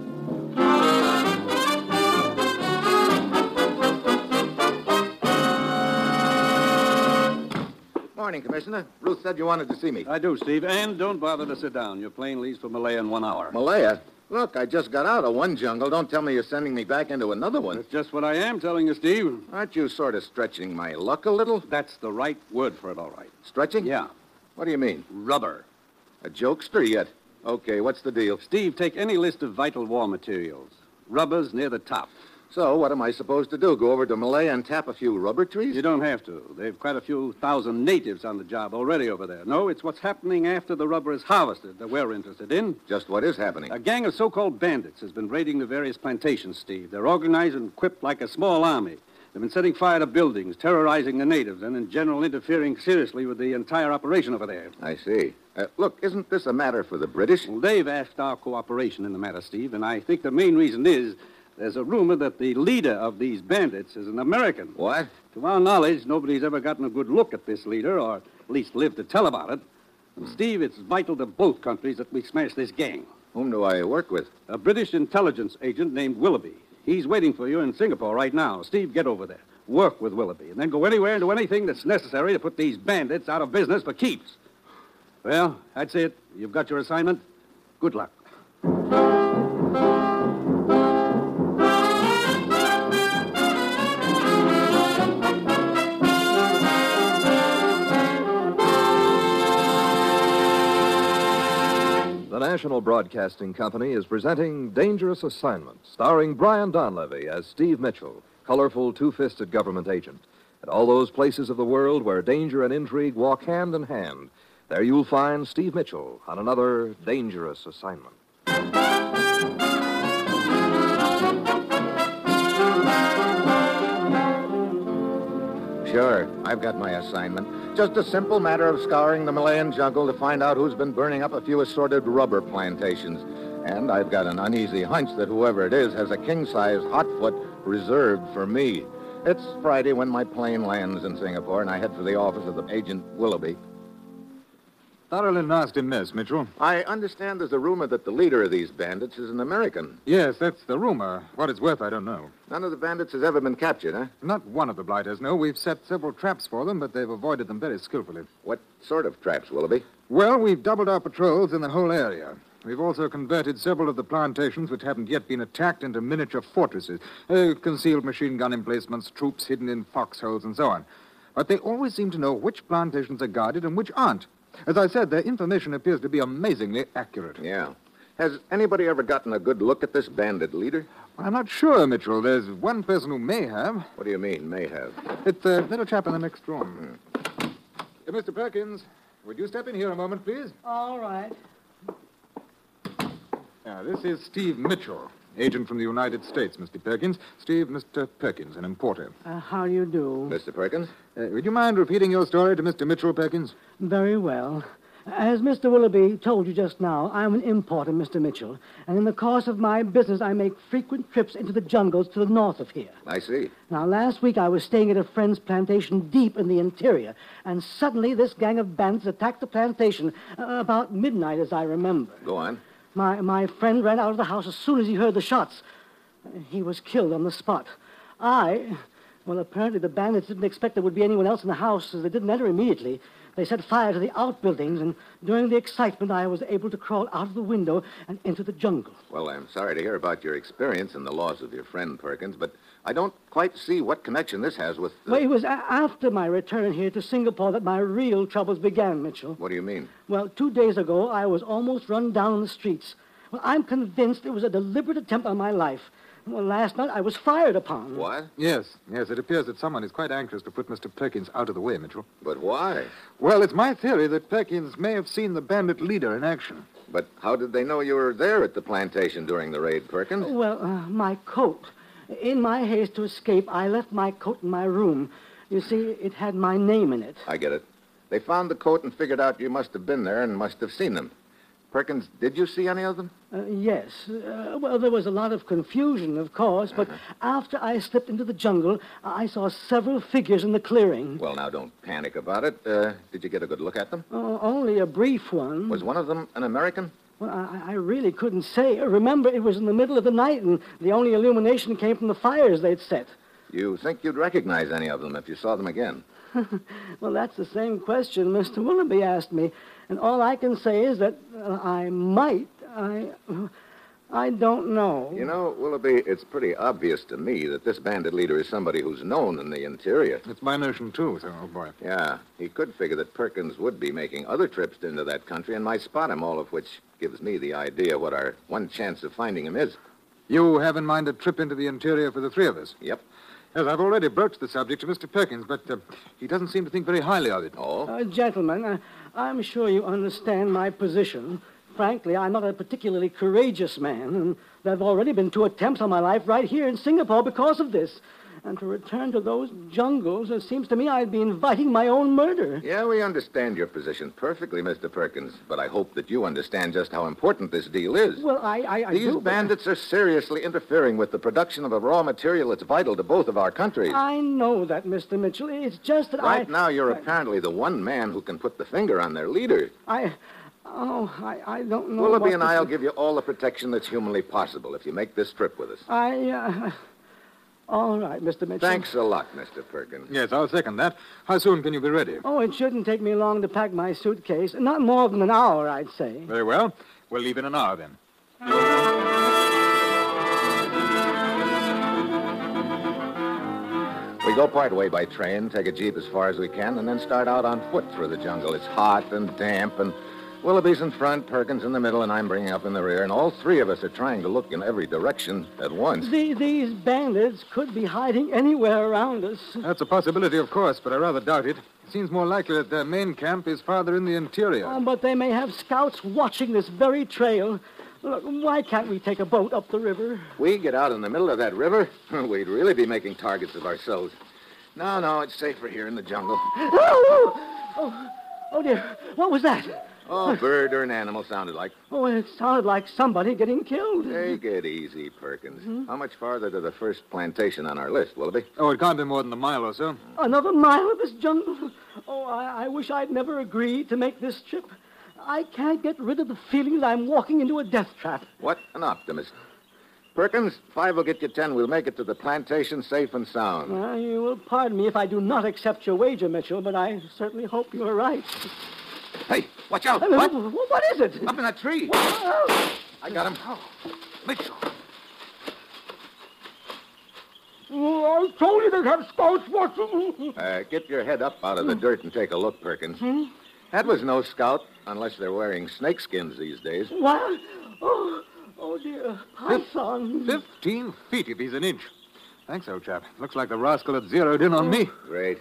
[SPEAKER 3] Morning, Commissioner. Ruth said you wanted to see me.
[SPEAKER 2] I do, Steve. And don't bother to sit down. Your plane leaves for Malaya in one hour.
[SPEAKER 3] Malaya? Look, I just got out of one jungle. Don't tell me you're sending me back into another one.
[SPEAKER 2] That's just what I am telling you, Steve.
[SPEAKER 3] Aren't you sort of stretching my luck a little?
[SPEAKER 2] That's the right word for it, all right.
[SPEAKER 3] Stretching?
[SPEAKER 2] Yeah.
[SPEAKER 3] What do you mean?
[SPEAKER 2] Rubber.
[SPEAKER 3] A jokester yet? Okay, what's the deal?
[SPEAKER 2] Steve, take any list of vital war materials. Rubber's near the top.
[SPEAKER 3] So, what am I supposed to do? Go over to Malaya and tap a few rubber trees?
[SPEAKER 2] You don't have to. They've quite a few thousand natives on the job already over there. No, it's what's happening after the rubber is harvested that we're interested in.
[SPEAKER 3] Just what is happening?
[SPEAKER 2] A gang of so called bandits has been raiding the various plantations, Steve. They're organized and equipped like a small army. They've been setting fire to buildings, terrorizing the natives, and in general interfering seriously with the entire operation over there.
[SPEAKER 3] I see. Uh, look, isn't this a matter for the British?
[SPEAKER 2] Well, they've asked our cooperation in the matter, Steve, and I think the main reason is. There's a rumor that the leader of these bandits is an American.
[SPEAKER 3] What?
[SPEAKER 2] To our knowledge, nobody's ever gotten a good look at this leader, or at least lived to tell about it.
[SPEAKER 3] Hmm.
[SPEAKER 2] And, Steve, it's vital to both countries that we smash this gang.
[SPEAKER 3] Whom do I work with?
[SPEAKER 2] A British intelligence agent named Willoughby. He's waiting for you in Singapore right now. Steve, get over there. Work with Willoughby, and then go anywhere and do anything that's necessary to put these bandits out of business for keeps. Well, that's it. You've got your assignment. Good luck.
[SPEAKER 4] The National Broadcasting Company is presenting Dangerous Assignment, starring Brian Donlevy as Steve Mitchell, colorful two fisted government agent. At all those places of the world where danger and intrigue walk hand in hand, there you'll find Steve Mitchell on another Dangerous Assignment.
[SPEAKER 3] Sure, I've got my assignment. Just a simple matter of scouring the Malayan jungle to find out who's been burning up a few assorted rubber plantations. And I've got an uneasy hunch that whoever it is has a king-sized hotfoot reserved for me. It's Friday when my plane lands in Singapore, and I head for the office of the agent Willoughby.
[SPEAKER 12] Thoroughly nasty mess, Mitchell.
[SPEAKER 3] I understand there's a rumor that the leader of these bandits is an American.
[SPEAKER 12] Yes, that's the rumor. What it's worth, I don't know.
[SPEAKER 3] None of the bandits has ever been captured, huh?
[SPEAKER 12] Not one of the blighters, no. We've set several traps for them, but they've avoided them very skillfully.
[SPEAKER 3] What sort of traps, Willoughby?
[SPEAKER 12] Well, we've doubled our patrols in the whole area. We've also converted several of the plantations which haven't yet been attacked into miniature fortresses. Uh, concealed machine gun emplacements, troops hidden in foxholes, and so on. But they always seem to know which plantations are guarded and which aren't. As I said, their information appears to be amazingly accurate.
[SPEAKER 3] Yeah. Has anybody ever gotten a good look at this bandit leader?
[SPEAKER 12] I'm not sure, Mitchell. There's one person who may have.
[SPEAKER 3] What do you mean, may have?
[SPEAKER 12] It's the little chap in the next room.
[SPEAKER 3] Hmm.
[SPEAKER 12] Uh, Mr. Perkins, would you step in here a moment, please?
[SPEAKER 13] All right.
[SPEAKER 12] Now, this is Steve Mitchell, agent from the United States, Mr. Perkins. Steve, Mr. Perkins, an importer.
[SPEAKER 13] Uh, how do you do?
[SPEAKER 3] Mr. Perkins?
[SPEAKER 12] Uh, would you mind repeating your story to Mr. Mitchell, Perkins?
[SPEAKER 13] Very well. As Mr. Willoughby told you just now, I'm an importer, Mr. Mitchell, and in the course of my business, I make frequent trips into the jungles to the north of here.
[SPEAKER 3] I see.
[SPEAKER 13] Now, last week, I was staying at a friend's plantation deep in the interior, and suddenly this gang of bandits attacked the plantation uh, about midnight, as I remember.
[SPEAKER 3] Go on.
[SPEAKER 13] My, my friend ran out of the house as soon as he heard the shots. He was killed on the spot. I, well, apparently the bandits didn't expect there would be anyone else in the house, as they didn't enter immediately. They set fire to the outbuildings, and during the excitement, I was able to crawl out of the window and into the jungle.
[SPEAKER 3] Well, I'm sorry to hear about your experience and the loss of your friend, Perkins, but I don't quite see what connection this has with.
[SPEAKER 13] Well, it was a- after my return here to Singapore that my real troubles began, Mitchell.
[SPEAKER 3] What do you mean?
[SPEAKER 13] Well, two days ago, I was almost run down in the streets. Well, I'm convinced it was a deliberate attempt on my life. Well, last night I was fired upon.
[SPEAKER 3] What?
[SPEAKER 12] Yes, yes. It appears that someone is quite anxious to put Mr. Perkins out of the way, Mitchell.
[SPEAKER 3] But why?
[SPEAKER 12] Well, it's my theory that Perkins may have seen the bandit leader in action.
[SPEAKER 3] But how did they know you were there at the plantation during the raid, Perkins?
[SPEAKER 13] Well, uh, my coat. In my haste to escape, I left my coat in my room. You see, it had my name in it.
[SPEAKER 3] I get it. They found the coat and figured out you must have been there and must have seen them. Perkins, did you see any of them?
[SPEAKER 13] Uh, yes. Uh, well, there was a lot of confusion, of course, but
[SPEAKER 3] Uh-huh.
[SPEAKER 13] after I slipped into the jungle, I saw several figures in the clearing.
[SPEAKER 3] Well, now don't panic about it. Uh, did you get a good look at them?
[SPEAKER 13] Oh, only a brief one.
[SPEAKER 3] Was one of them an American?
[SPEAKER 13] Well, I, I really couldn't say. Remember, it was in the middle of the night, and the only illumination came from the fires they'd set.
[SPEAKER 3] You think you'd recognize any of them if you saw them again?
[SPEAKER 13] well, that's the same question Mr. Willoughby asked me, and all I can say is that uh, I might. I, I don't know.
[SPEAKER 3] You know, Willoughby, it's pretty obvious to me that this bandit leader is somebody who's known in the interior.
[SPEAKER 12] It's my notion, too, so, oh boy.
[SPEAKER 3] Yeah, he could figure that Perkins would be making other trips into that country and might spot him, all of which gives me the idea what our one chance of finding him is.
[SPEAKER 12] You have in mind a trip into the interior for the three of us?
[SPEAKER 3] Yep.
[SPEAKER 12] Yes, I've already broached the subject to Mr. Perkins, but uh, he doesn't seem to think very highly of it.
[SPEAKER 3] Oh?
[SPEAKER 13] Uh, gentlemen, uh, I'm sure you understand my position. Frankly, I'm not a particularly courageous man, and there have already been two attempts on my life right here in Singapore because of this. And to return to those jungles, it seems to me I'd be inviting my own murder.
[SPEAKER 3] Yeah, we understand your position perfectly, Mr. Perkins, but I hope that you understand just how important this deal is.
[SPEAKER 13] Well, I, I, I
[SPEAKER 3] These
[SPEAKER 13] do, but-
[SPEAKER 3] bandits are seriously interfering with the production of a raw material that's vital to both of our countries.
[SPEAKER 13] I know that, Mr. Mitchell. It's just that
[SPEAKER 3] right
[SPEAKER 13] Uh, I.
[SPEAKER 3] now, you're apparently the one man who can put the finger on their leader.
[SPEAKER 13] I. Oh, I, I don't know.
[SPEAKER 3] Willoughby
[SPEAKER 13] what
[SPEAKER 3] and
[SPEAKER 13] to
[SPEAKER 3] I'll
[SPEAKER 13] do.
[SPEAKER 3] give you all the protection that's humanly possible if you make this trip with us.
[SPEAKER 13] I. Uh, all right, Mr. Mitchell.
[SPEAKER 3] Thanks a lot, Mr. Perkins.
[SPEAKER 12] Yes, I'll second that. How soon can you be ready?
[SPEAKER 13] Oh, it shouldn't take me long to pack my suitcase. Not more than an hour, I'd say.
[SPEAKER 12] Very well. We'll leave in an hour, then.
[SPEAKER 3] We go part way by train, take a jeep as far as we can, and then start out on foot through the jungle. It's hot and damp, and Willoughby's in front, Perkins in the middle, and I'm bringing up in the rear, and all three of us are trying to look in every direction at once.
[SPEAKER 13] The, these bandits could be hiding anywhere around us.
[SPEAKER 12] That's a possibility, of course, but I rather doubt it. It seems more likely that their main camp is farther in the interior.
[SPEAKER 13] Oh, but they may have scouts watching this very trail. Look, why can't we take a boat up the river?
[SPEAKER 3] We get out in the middle of that river, we'd really be making targets of ourselves. No, no, it's safer here in the jungle.
[SPEAKER 13] Oh, oh, oh, oh dear. What was that?
[SPEAKER 3] Oh, a bird or an animal sounded like.
[SPEAKER 13] Oh, it sounded like somebody getting killed.
[SPEAKER 3] Take it easy, Perkins. How much farther to the first plantation on our list, Willoughby?
[SPEAKER 12] Oh, it can't be more than a mile or so.
[SPEAKER 13] Another mile of this jungle. Oh, I, I wish I'd never agreed to make this trip. I can't get rid of the feeling that I'm walking into a death trap.
[SPEAKER 3] What an optimist. Perkins, five will get you ten. We'll make it to the plantation safe and sound.
[SPEAKER 13] Well, you will pardon me if I do not accept your wager, Mitchell, but I certainly hope you are right.
[SPEAKER 3] Hey, watch out.
[SPEAKER 13] What? what is it? oh.
[SPEAKER 3] Up in that tree. I got him. Mitchell.
[SPEAKER 8] I told you they'd have scouts watching.
[SPEAKER 3] Uh, get your head up out of the dirt and take a look, Perkins. That was no scout, unless they're wearing snakeskins these days.
[SPEAKER 13] What? Oh, oh dear. Python.
[SPEAKER 12] Fifteen feet if he's an inch. Thanks, old chap. Looks like the rascal had zeroed in on me.
[SPEAKER 3] Great.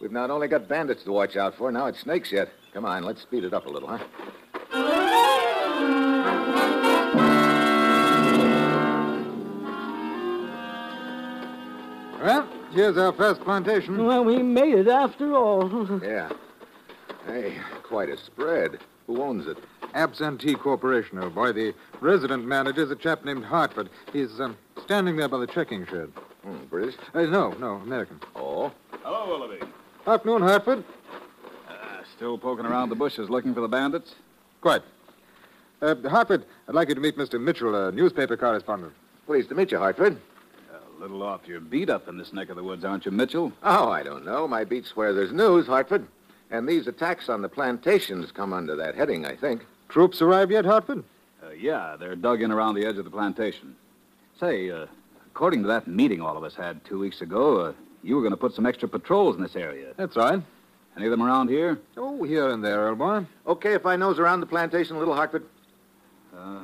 [SPEAKER 3] We've not only got bandits to watch out for, now it's snakes yet. Come on, let's speed it up a little, huh?
[SPEAKER 12] Well, here's our first plantation.
[SPEAKER 13] Well, we made it after all.
[SPEAKER 3] Yeah. Hey, quite a spread. Who owns it?
[SPEAKER 12] Absentee Corporation, old boy. The resident manager's a chap named Hartford. He's um, standing there by the checking shed.
[SPEAKER 3] Hmm, British?
[SPEAKER 12] Uh, no, no, American.
[SPEAKER 3] Oh?
[SPEAKER 14] Hello, Willoughby.
[SPEAKER 12] Afternoon, Hartford.
[SPEAKER 14] Uh, still poking around the bushes looking for the bandits?
[SPEAKER 12] Quite. Uh, Hartford, I'd like you to meet Mr. Mitchell, a newspaper correspondent.
[SPEAKER 3] Pleased to meet you, Hartford.
[SPEAKER 14] A little off your beat up in this neck of the woods, aren't you, Mitchell?
[SPEAKER 3] Oh, I don't know. My beat's where there's news, Hartford. And these attacks on the plantations come under that heading, I think.
[SPEAKER 12] Troops arrived yet, Hartford?
[SPEAKER 14] Uh, yeah, they're dug in around the edge of the plantation. Say, uh, according to that meeting all of us had two weeks ago, uh, you were going to put some extra patrols in this area.
[SPEAKER 12] That's right.
[SPEAKER 14] Any of them around here?
[SPEAKER 12] Oh, here and there, old boy.
[SPEAKER 3] Okay, if I nose around the plantation a little, Hartford.
[SPEAKER 14] Uh,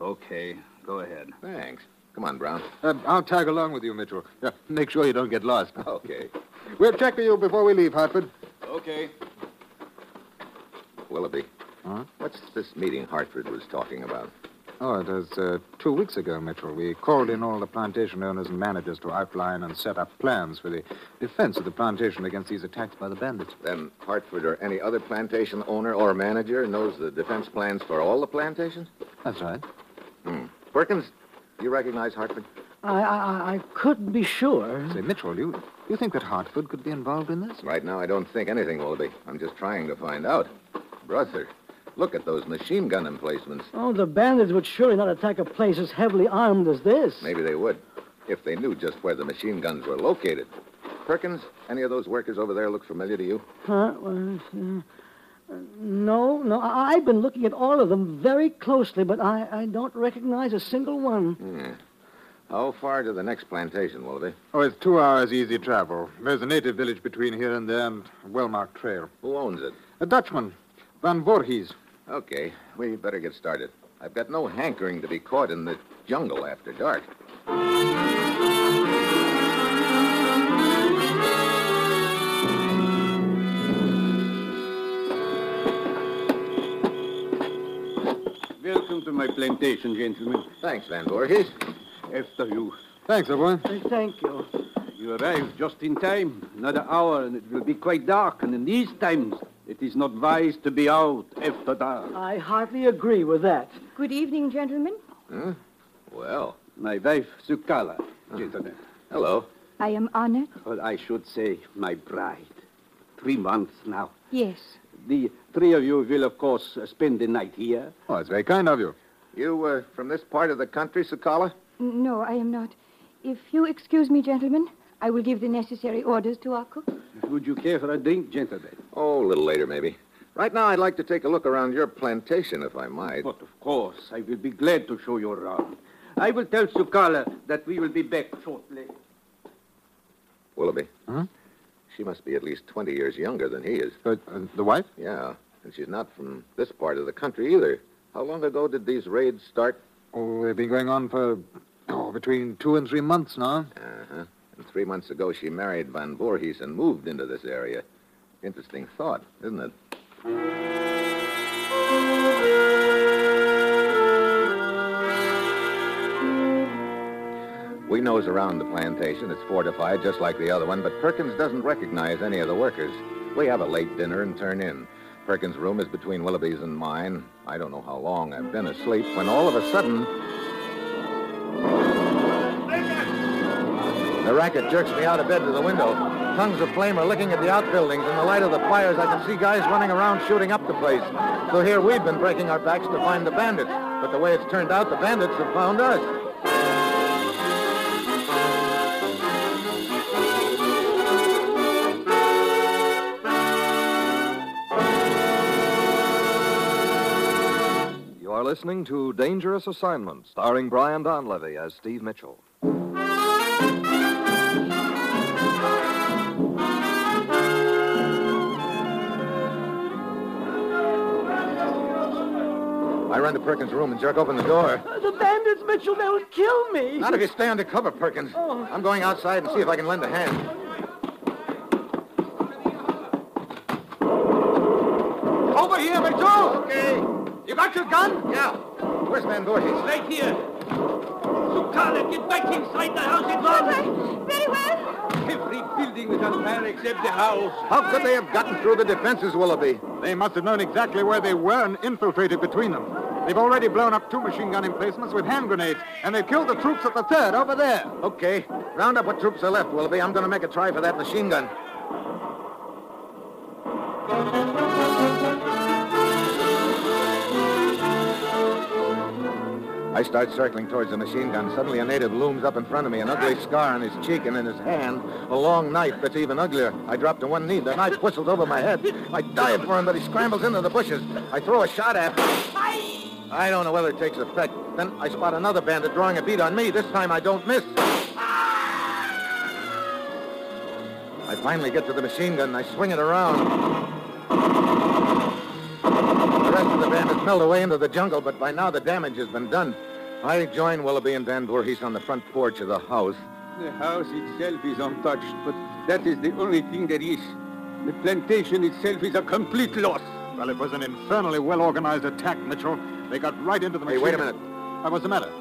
[SPEAKER 14] okay, go ahead.
[SPEAKER 3] Thanks. Come on, Brown.
[SPEAKER 12] Uh, I'll tag along with you, Mitchell. Yeah, make sure you don't get lost.
[SPEAKER 3] Okay.
[SPEAKER 12] We'll check for you before we leave, Hartford.
[SPEAKER 14] Okay.
[SPEAKER 3] Willoughby.
[SPEAKER 12] Huh?
[SPEAKER 3] What's this meeting Hartford was talking about?
[SPEAKER 12] Oh, it was uh, two weeks ago, Mitchell. We called in all the plantation owners and managers to outline and set up plans for the defense of the plantation against these attacks by the bandits.
[SPEAKER 3] Then Hartford or any other plantation owner or manager knows the defense plans for all the plantations?
[SPEAKER 12] That's right.
[SPEAKER 3] Hmm. Perkins, you recognize Hartford?
[SPEAKER 13] I, I, I couldn't be sure.
[SPEAKER 12] Say, Mitchell, you, you think that Hartford could be involved in this?
[SPEAKER 3] Right now, I don't think anything, Willoughby. I'm just trying to find out. Brother, look at those machine gun emplacements.
[SPEAKER 13] Oh, the bandits would surely not attack a place as heavily armed as this.
[SPEAKER 3] Maybe they would, if they knew just where the machine guns were located. Perkins, any of those workers over there look familiar to you?
[SPEAKER 13] Huh? Well, uh, no, no. I- I've been looking at all of them very closely, but I, I don't recognize a single one.
[SPEAKER 3] Hmm. How far to the next plantation, Willoughby?
[SPEAKER 12] Oh, it's two hours easy travel. There's a native village between here and there and a well marked trail.
[SPEAKER 3] Who owns it?
[SPEAKER 12] A Dutchman, Van Voorhees.
[SPEAKER 3] Okay, we better get started. I've got no hankering to be caught in the jungle after dark.
[SPEAKER 2] Welcome to my plantation, gentlemen.
[SPEAKER 3] Thanks, Van Voorhees.
[SPEAKER 2] After you.
[SPEAKER 12] Thanks, everyone.
[SPEAKER 13] Thank you.
[SPEAKER 2] You arrived just in time. Another hour and it will be quite dark, and in these times it is not wise to be out after dark.
[SPEAKER 13] I hardly agree with that.
[SPEAKER 15] Good evening, gentlemen.
[SPEAKER 3] Hmm? Well,
[SPEAKER 2] My wife, Sukala, gentlemen.
[SPEAKER 3] hello.
[SPEAKER 15] I am honored.
[SPEAKER 2] Or I should say, my bride. Three months now.
[SPEAKER 15] Yes.
[SPEAKER 2] The three of you will, of course, uh, spend the night here.
[SPEAKER 12] Oh, it's very kind of you.
[SPEAKER 3] You
[SPEAKER 2] uh,
[SPEAKER 3] were from this part of the country, Sukala?
[SPEAKER 15] N- No, I am not. If you excuse me, gentlemen, I will give the necessary orders to our cook.
[SPEAKER 2] Would you care for a drink, gentlemen?
[SPEAKER 3] Oh, a little later, maybe. Right now, I'd like to take a look around your plantation, if I might.
[SPEAKER 2] But of course, I will be glad to show you around. I will tell Sukala that we will be back shortly.
[SPEAKER 3] Willoughby.
[SPEAKER 12] Huh?
[SPEAKER 3] She must be at least 20 years younger than he is.
[SPEAKER 12] But uh, the wife?
[SPEAKER 3] Yeah, and she's not from this part of the country either. How long ago did these raids start?
[SPEAKER 12] Oh, they've been going on for oh, between two and three months now.
[SPEAKER 3] Uh-huh. And three months ago, she married Van Voorhees and moved into this area. Interesting thought, isn't it? We nose around the plantation. It's fortified, just like the other one, but Perkins doesn't recognize any of the workers. We have a late dinner and turn in. Perkins' room is between Willoughby's and mine. I don't know how long I've been asleep when all of a sudden. The racket jerks me out of bed to the window. Tongues of flame are licking at the outbuildings. In the light of the fires, I can see guys running around shooting up the place. So here we've been breaking our backs to find the bandits. But the way it's turned out, the bandits have found us.
[SPEAKER 4] You are listening to Dangerous Assignment, starring Brian Donlevy as Steve Mitchell.
[SPEAKER 3] I run to Perkins' room and jerk open the door.
[SPEAKER 13] Uh,
[SPEAKER 16] The bandits, Mitchell, they'll kill me.
[SPEAKER 3] Not if you stay under cover, Perkins.
[SPEAKER 16] Oh.
[SPEAKER 3] I'm going outside and see if I can lend a hand.
[SPEAKER 16] Over here, Mitchell!
[SPEAKER 3] Okay.
[SPEAKER 16] You got your gun?
[SPEAKER 3] Yeah. Where's Van Voorhees?
[SPEAKER 16] Right here. Sukala, get back inside the house at once. Very well.
[SPEAKER 3] Every building was on fire except the house. How could they have gotten through the defenses, Willoughby?
[SPEAKER 12] They must have known exactly where they were and infiltrated between them. They've already blown up two machine gun emplacements with hand grenades, and they've killed the troops at the third over there.
[SPEAKER 3] Okay. Round up what troops are left, Willoughby. I'm going to make a try for that machine gun. I start circling towards the machine gun. Suddenly, a native looms up in front of me, an ugly scar on his cheek and in his hand, a long knife that's even uglier. I drop to one knee. The knife whistles over my head. I dive for him, but he scrambles into the bushes. I throw a shot at him. I don't know whether it takes effect. Then I spot another bandit drawing a bead on me. This time, I don't miss. I finally get to the machine gun and I swing it around. The rest of the bandits melt away into the jungle, but by now the damage has been done. I join Willoughby and Van Voorhees on the front porch of the house.
[SPEAKER 17] The house itself is untouched, but that is the only thing there is. The plantation itself is a complete loss.
[SPEAKER 12] Well, it was an infernally well organized attack, Mitchell. They got right into the
[SPEAKER 3] Hey,
[SPEAKER 12] machine.
[SPEAKER 3] wait a
[SPEAKER 12] gun. Uh, what's the matter?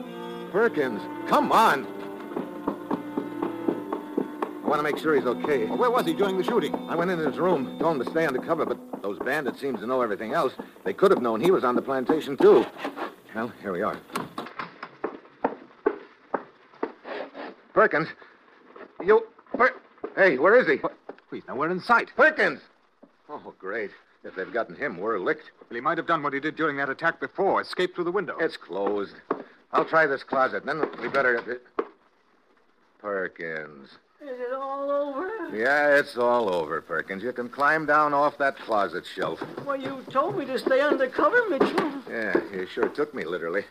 [SPEAKER 3] Perkins, come on. I want to make sure he's okay.
[SPEAKER 12] where was he during the shooting?
[SPEAKER 3] I went into his room, told him to stay undercover, but those bandits seem to know everything else. They could have known he was on the plantation, too. Well, here we are. Perkins, you. Per- hey, where is he?
[SPEAKER 12] Please, now we're in sight.
[SPEAKER 3] Perkins! Oh, great. If they've gotten him, we're licked.
[SPEAKER 12] Well, he might have done what he did during that attack before escaped through the window.
[SPEAKER 3] It's closed. I'll try this closet, then we better. Perkins.
[SPEAKER 16] Is it all over?
[SPEAKER 3] Yeah, it's all over, Perkins. You can climb down off that closet shelf.
[SPEAKER 16] Well, you told me to stay undercover, Mitchell.
[SPEAKER 3] Yeah, you sure took me, literally.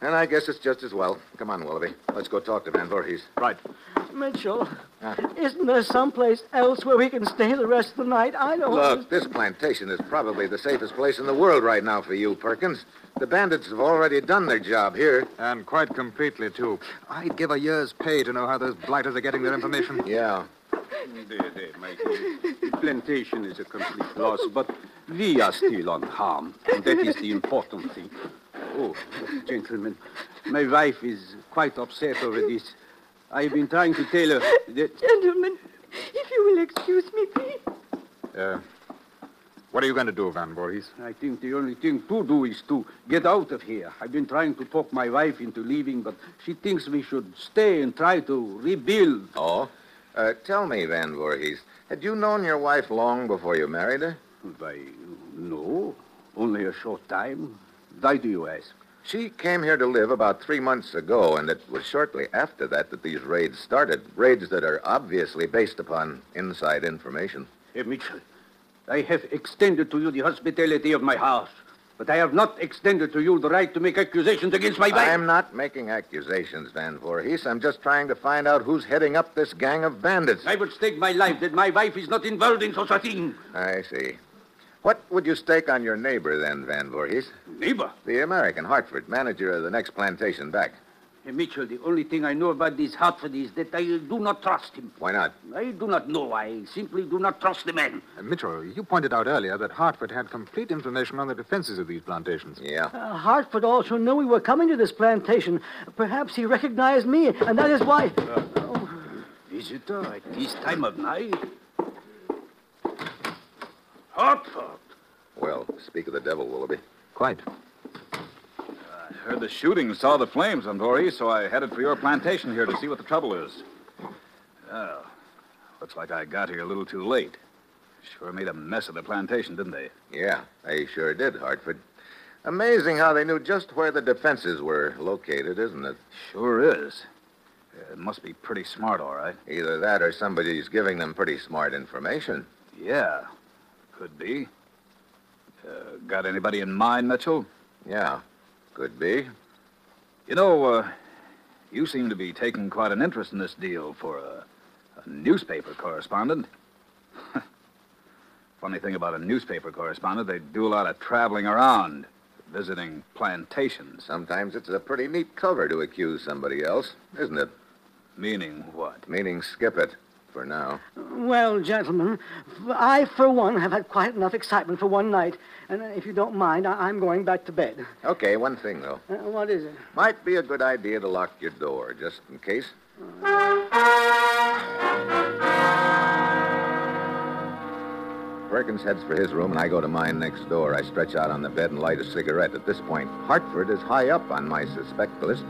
[SPEAKER 3] And I guess it's just as well. Come on, Willoughby. Let's go talk to Van Voorhees.
[SPEAKER 12] Right.
[SPEAKER 13] Mitchell,
[SPEAKER 3] Ah.
[SPEAKER 13] isn't there someplace else where we can stay the rest of the night? I don't.
[SPEAKER 3] Look, this plantation is probably the safest place in the world right now for you, Perkins. The bandits have already done their job here.
[SPEAKER 12] And quite completely, too. I'd give a year's pay to know how those blighters are getting their information.
[SPEAKER 3] Yeah.
[SPEAKER 2] There, there, my dear. The plantation is a complete loss, but we are still unharmed, and that is the important thing. Oh, gentlemen, my wife is quite upset over this. I've been trying to tell her that.
[SPEAKER 15] Gentlemen, if you will excuse me, please.
[SPEAKER 12] Uh, what are you going to do, Van Voorhees?
[SPEAKER 2] I think the only thing to do is to get out of here. I've been trying to talk my wife into leaving, but she thinks we should stay and try to rebuild.
[SPEAKER 3] Oh? Uh, tell me, Van Voorhees, had you known your wife long before you married her?
[SPEAKER 2] Why, no. Only a short time. Why do you ask?
[SPEAKER 3] She came here to live about three months ago, and it was shortly after that that these raids started. Raids that are obviously based upon inside information.
[SPEAKER 2] Hey, Mitchell, I have extended to you the hospitality of my house, but I have not extended to you the right to make accusations against my wife.
[SPEAKER 3] I'm not making accusations, Van Voorhees. I'm just trying to find out who's heading up this gang of bandits.
[SPEAKER 2] I would stake my life that my wife is not involved in such a thing.
[SPEAKER 3] I see. What would you stake on your neighbor then, Van Voorhees?
[SPEAKER 2] Neighbor?
[SPEAKER 3] The American, Hartford, manager of the next plantation back.
[SPEAKER 2] Hey, Mitchell, the only thing I know about this Hartford is that I do not trust him.
[SPEAKER 3] Why not?
[SPEAKER 2] I do not know. I simply do not trust the man.
[SPEAKER 12] Uh, Mitchell, you pointed out earlier that Hartford had complete information on the defenses of these plantations.
[SPEAKER 3] Yeah.
[SPEAKER 13] Uh, Hartford also knew we were coming to this plantation. Perhaps he recognized me, and that is why.
[SPEAKER 2] Visitor at this time of night? Hartford?
[SPEAKER 3] Well, speak of the devil, Willoughby.
[SPEAKER 12] Quite.
[SPEAKER 14] I heard the shooting and saw the flames on Dory, so I headed for your plantation here to see what the trouble is. Well, looks like I got here a little too late. Sure made a mess of the plantation, didn't they?
[SPEAKER 3] Yeah, they sure did, Hartford. Amazing how they knew just where the defenses were located, isn't it?
[SPEAKER 14] Sure is. Uh, It must be pretty smart, all right.
[SPEAKER 3] Either that or somebody's giving them pretty smart information.
[SPEAKER 14] Yeah, could be. Uh, got anybody in mind, Mitchell?
[SPEAKER 3] Yeah, could be.
[SPEAKER 14] You know, uh, you seem to be taking quite an interest in this deal for a, a newspaper correspondent. Funny thing about a newspaper correspondent, they do a lot of traveling around. visiting plantations.
[SPEAKER 3] Sometimes it's a pretty neat cover to accuse somebody else, isn't it?
[SPEAKER 14] Meaning what?
[SPEAKER 3] Meaning skip it, for now.
[SPEAKER 13] Well, gentlemen, f- I, for one, have had quite enough excitement for one night. And uh, if you don't mind, I- I'm going back to bed.
[SPEAKER 3] Okay, one thing, though.
[SPEAKER 13] Uh, what is it?
[SPEAKER 3] Might be a good idea to lock your door, just in case. Perkins heads for his room, and I go to mine next door. I stretch out on the bed and light a cigarette. At this point, Hartford is high up on my suspect list.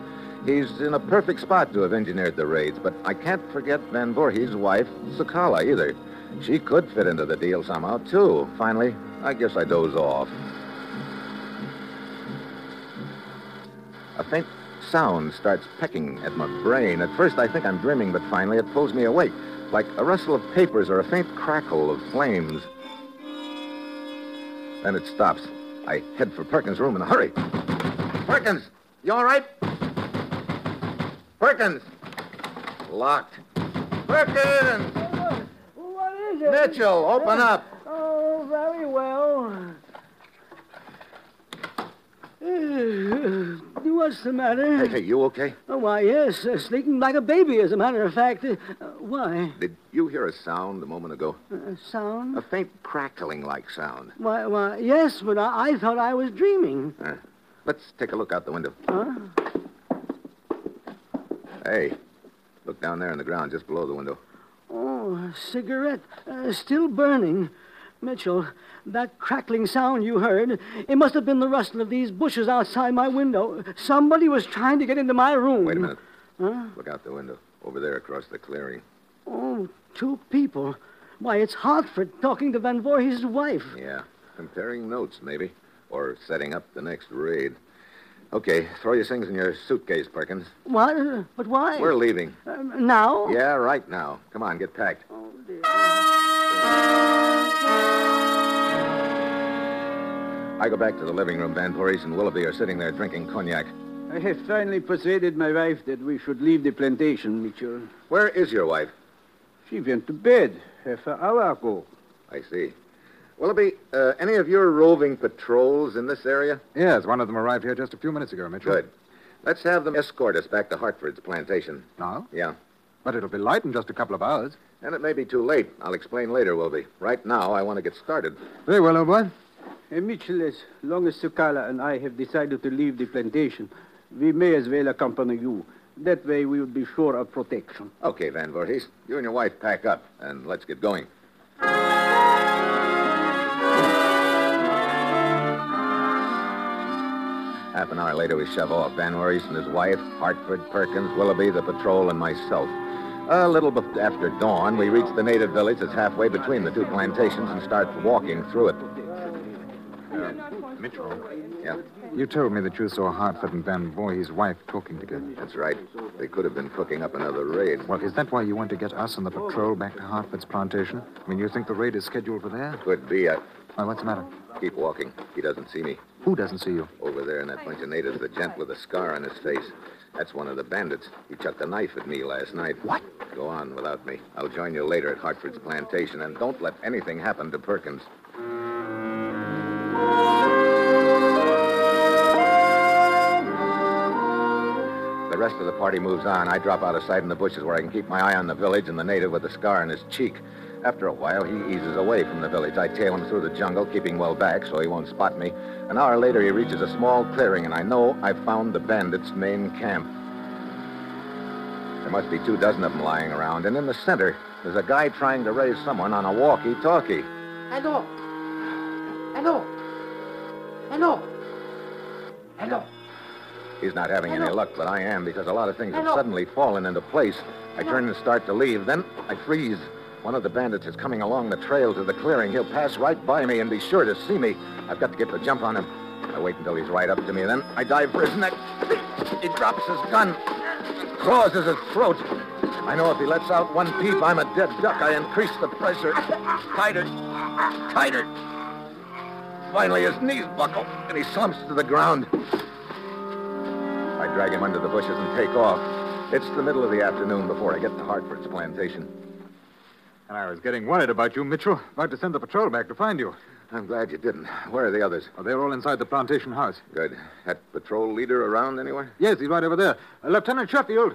[SPEAKER 3] He's in a perfect spot to have engineered the raids, but I can't forget Van Voorhees' wife, Sakala, either. She could fit into the deal somehow, too. Finally, I guess I doze off. A faint sound starts pecking at my brain. At first, I think I'm dreaming, but finally, it pulls me awake, like a rustle of papers or a faint crackle of flames. Then it stops. I head for Perkins' room in a hurry. Perkins, you all right? Perkins! Locked. Perkins!
[SPEAKER 18] What is it?
[SPEAKER 3] Mitchell, open up.
[SPEAKER 18] Oh, very
[SPEAKER 13] Oh.
[SPEAKER 18] well. Uh, What's the matter?
[SPEAKER 3] Hey, hey, you okay?
[SPEAKER 18] Oh, why, yes, uh, sleeping like a baby, as a matter of fact. Uh, why?
[SPEAKER 3] Did you hear a sound a moment ago?
[SPEAKER 18] Uh, sound?
[SPEAKER 3] A faint crackling like sound.
[SPEAKER 18] Why, why, yes, but I, I thought I was dreaming.
[SPEAKER 3] Huh. Uh, Let's take a look out the window.
[SPEAKER 18] Huh?
[SPEAKER 3] Hey, look down there on the ground just below the window.
[SPEAKER 18] Oh, a cigarette uh, still burning. Mitchell, that crackling sound you heard, it must have been the rustle of these bushes outside my window. Somebody was trying to get into my room.
[SPEAKER 3] Wait a minute.
[SPEAKER 18] Huh?
[SPEAKER 3] Look out the window. Over there across the clearing.
[SPEAKER 18] Oh, two people. Why, it's Hartford talking to Van Voorhees' wife.
[SPEAKER 3] Yeah. Comparing notes, maybe. Or setting up the next raid. Okay, throw your things in your suitcase, Perkins.
[SPEAKER 18] What? Uh, But why?
[SPEAKER 3] We're leaving.
[SPEAKER 18] Um, now?
[SPEAKER 3] Yeah, right now. Come on, get packed. I go back to the living room. Van Voorhees and Willoughby are sitting there drinking cognac.
[SPEAKER 17] I have finally persuaded my wife that we should leave the plantation, Mitchell.
[SPEAKER 3] Where is your wife?
[SPEAKER 17] She went to bed half an hour ago.
[SPEAKER 3] I see. Willoughby, uh, any of your roving patrols in this area?
[SPEAKER 12] Yes, one of them arrived here just a few minutes ago, Mitchell.
[SPEAKER 3] Good. Let's have them escort us back to Hartford's plantation.
[SPEAKER 12] Now?
[SPEAKER 3] Yeah.
[SPEAKER 12] But it'll be light in just a couple of hours.
[SPEAKER 3] And it may be too late. I'll explain later, Willoughby. Right now, I want to get started.
[SPEAKER 12] Very well, old boy.
[SPEAKER 17] Hey, Mitchell, as long as Sukala and I have decided to leave the plantation, we may as well accompany you. That way we will be sure of protection.
[SPEAKER 3] Okay, Van Voorhees. You and your wife pack up, and let's get going. Half an hour later, we shove off. Van Voorhees and his wife, Hartford, Perkins, Willoughby, the patrol, and myself. A little bef- after dawn, we reach the native village that's halfway between the two plantations and start walking through it. Uh,
[SPEAKER 12] Mitchell.
[SPEAKER 3] Yeah,
[SPEAKER 12] You told me that you saw Hartford and Van Voorhees' wife talking together.
[SPEAKER 3] that's right. They could have been cooking up another raid.
[SPEAKER 12] Well, is that why you want to get us and the patrol back to Hartford's plantation? I mean, you think the raid is scheduled for there?
[SPEAKER 3] Could be. I
[SPEAKER 12] Why, what's the matter?
[SPEAKER 3] keep walking. He doesn't see me.
[SPEAKER 12] Who doesn't see you?
[SPEAKER 3] Over there in that bunch of natives, the gent with a scar on his face. That's one of the bandits. He chucked a knife at me last night. What? Go on without me. I'll join you later at Hartford's plantation, and don't let anything happen to Perkins. The rest of the party moves on. I drop out of sight in the bushes where I can keep my eye on the village and the native with the scar on his cheek. After a while, he eases away from the village. I tail him through the jungle, keeping well back so he won't spot me. An hour later, he reaches a small clearing, and I know I've found the bandits' main camp. There must be two dozen of them lying around, and in the center, there's a guy trying to raise someone on a walkie talkie.
[SPEAKER 19] Hello. Hello. Hello. Hello.
[SPEAKER 3] He's not having any luck, but I am because a lot of things have
[SPEAKER 19] Hello.
[SPEAKER 3] suddenly fallen into place. I turn and start to leave. Then I freeze. One of the bandits is coming along the trail to the clearing. He'll pass right by me and be sure to see me. I've got to get the jump on him. I wait until he's right up to me. Then I dive for his neck. He drops his gun, claws at his throat. I know if he lets out one peep, I'm a dead duck. I increase the pressure. Tighter, tighter. Finally, his knees buckle, and he slumps to the ground. I drag him under the bushes and take off. It's the middle of the afternoon before I get to Hartford's plantation.
[SPEAKER 12] And I was getting worried about you, Mitchell. About to send the patrol back to find you.
[SPEAKER 3] I'm glad you didn't. Where are the others?
[SPEAKER 12] Oh, they're all inside the plantation house.
[SPEAKER 3] Good. Had patrol leader around anywhere?
[SPEAKER 12] Yes, he's right over there. Uh, Lieutenant Sheffield.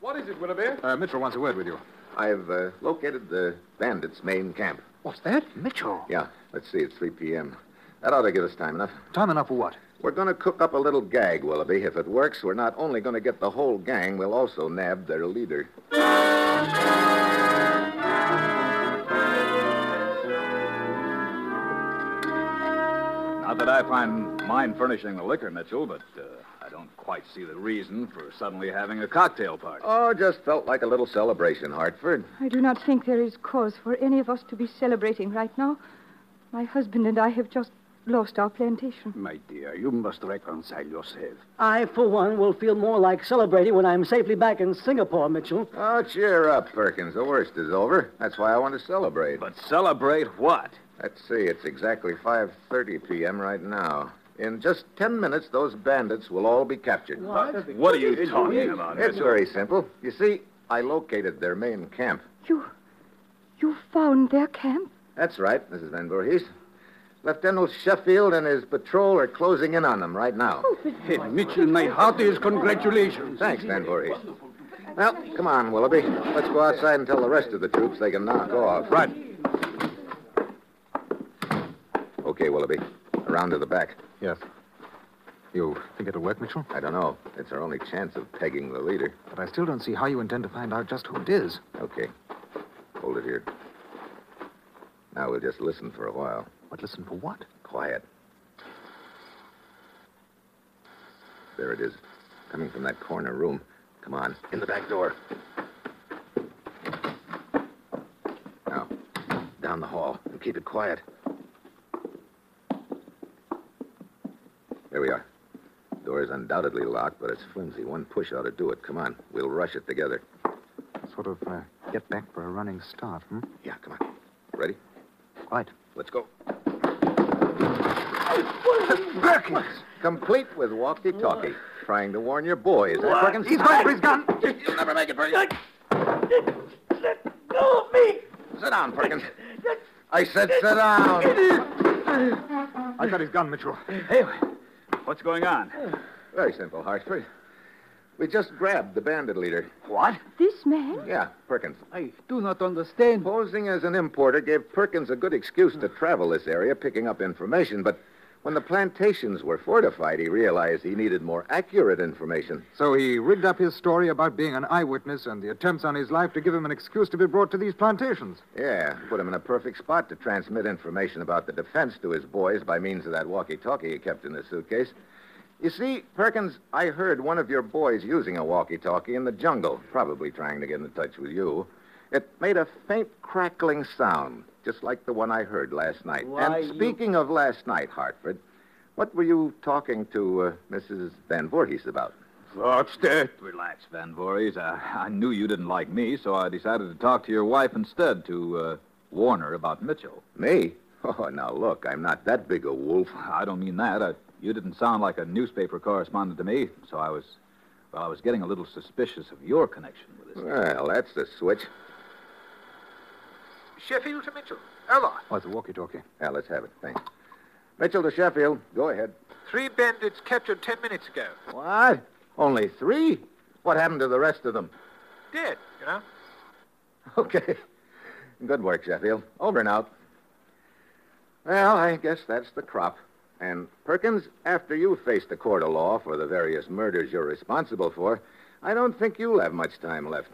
[SPEAKER 1] What is it, Winterberry?
[SPEAKER 12] Uh, Mitchell wants a word with you.
[SPEAKER 3] I've uh, located the bandits' main camp.
[SPEAKER 12] What's that? Mitchell.
[SPEAKER 3] Yeah, let's see. It's 3 p.m. That ought to give us time enough.
[SPEAKER 12] Time enough for what?
[SPEAKER 3] We're going to cook up a little gag, Willoughby. If it works, we're not only going to get the whole gang, we'll also nab their leader.
[SPEAKER 14] Not that I find mind furnishing the liquor, Mitchell, but uh, I don't quite see the reason for suddenly having a cocktail party.
[SPEAKER 3] Oh, just felt like a little celebration, Hartford.
[SPEAKER 15] I do not think there is cause for any of us to be celebrating right now. My husband and I have just lost our plantation.
[SPEAKER 17] My dear, you must reconcile yourself.
[SPEAKER 13] I, for one, will feel more like celebrating when I'm safely back in Singapore, Mitchell.
[SPEAKER 3] Oh, cheer up, Perkins. The worst is over. That's why I want to celebrate.
[SPEAKER 14] But celebrate what?
[SPEAKER 3] Let's see. It's exactly 5:30 p.m. right now. In just ten minutes, those bandits will all be captured.
[SPEAKER 14] What? What are you talking about?
[SPEAKER 3] It's
[SPEAKER 14] Mitchell?
[SPEAKER 3] very simple. You see, I located their main camp.
[SPEAKER 15] You. you found their camp?
[SPEAKER 3] That's right, Mrs. Van Voorhees. Lieutenant Sheffield and his patrol are closing in on them right now.
[SPEAKER 1] Hey, Mitchell, my heartiest congratulations.
[SPEAKER 3] Thanks, Van Voorhees. Well, come on, Willoughby. Let's go outside and tell the rest of the troops they can knock off.
[SPEAKER 1] Right.
[SPEAKER 3] Okay, Willoughby. Around to the back.
[SPEAKER 12] Yes. You think it'll work, Mitchell?
[SPEAKER 3] I don't know. It's our only chance of pegging the leader.
[SPEAKER 12] But I still don't see how you intend to find out just who it is.
[SPEAKER 3] Okay. Hold it here. Now we'll just listen for a while.
[SPEAKER 12] But listen for what?
[SPEAKER 3] Quiet. There it is. Coming from that corner room. Come on, in the back door. Now, down the hall and keep it quiet. There we are. Door is undoubtedly locked, but it's flimsy. One push ought to do it. Come on, we'll rush it together.
[SPEAKER 12] Sort of uh, get back for a running start, hmm?
[SPEAKER 3] Yeah, come on. Ready?
[SPEAKER 12] Right.
[SPEAKER 3] Let's go. Perkins! Complete with walkie-talkie. Trying to warn your boys. eh, Perkins?
[SPEAKER 12] He's going for his gun.
[SPEAKER 3] You'll never make it, Perkins.
[SPEAKER 16] Let go of me!
[SPEAKER 3] Sit down, Perkins. I said sit down.
[SPEAKER 12] I got his gun, Mitchell.
[SPEAKER 14] Hey, what's going on?
[SPEAKER 3] Very simple, Hartford. We just grabbed the bandit leader.
[SPEAKER 14] What?
[SPEAKER 15] This man?
[SPEAKER 3] Yeah, Perkins.
[SPEAKER 17] I do not understand.
[SPEAKER 3] Posing as an importer gave Perkins a good excuse to travel this area picking up information, but when the plantations were fortified, he realized he needed more accurate information.
[SPEAKER 12] So he rigged up his story about being an eyewitness and the attempts on his life to give him an excuse to be brought to these plantations.
[SPEAKER 3] Yeah, put him in a perfect spot to transmit information about the defense to his boys by means of that walkie talkie he kept in his suitcase. You see, Perkins, I heard one of your boys using a walkie talkie in the jungle, probably trying to get in touch with you. It made a faint crackling sound, just like the one I heard last night.
[SPEAKER 17] Why,
[SPEAKER 3] and speaking of last night, Hartford, what were you talking to uh, Mrs. Van Voorhees about?
[SPEAKER 14] What's that? Relax, Van Voorhees. I, I knew you didn't like me, so I decided to talk to your wife instead to uh, warn her about Mitchell.
[SPEAKER 3] Me? Oh, now look, I'm not that big a wolf.
[SPEAKER 14] I don't mean that. I, you didn't sound like a newspaper correspondent to me, so I was, well, I was getting a little suspicious of your connection with this.
[SPEAKER 3] Well, that's the switch.
[SPEAKER 19] Sheffield to Mitchell. Ella,
[SPEAKER 12] Oh, it's a walkie-talkie.
[SPEAKER 3] Yeah, let's have it. Thanks. Mitchell to Sheffield. Go ahead.
[SPEAKER 19] three bandits captured ten minutes ago.
[SPEAKER 3] What? Only three? What happened to the rest of them?
[SPEAKER 19] Dead, you know?
[SPEAKER 3] Okay. Good work, Sheffield. Over and out. Well, I guess that's the crop. And, Perkins, after you face the court of law for the various murders you're responsible for, I don't think you'll have much time left.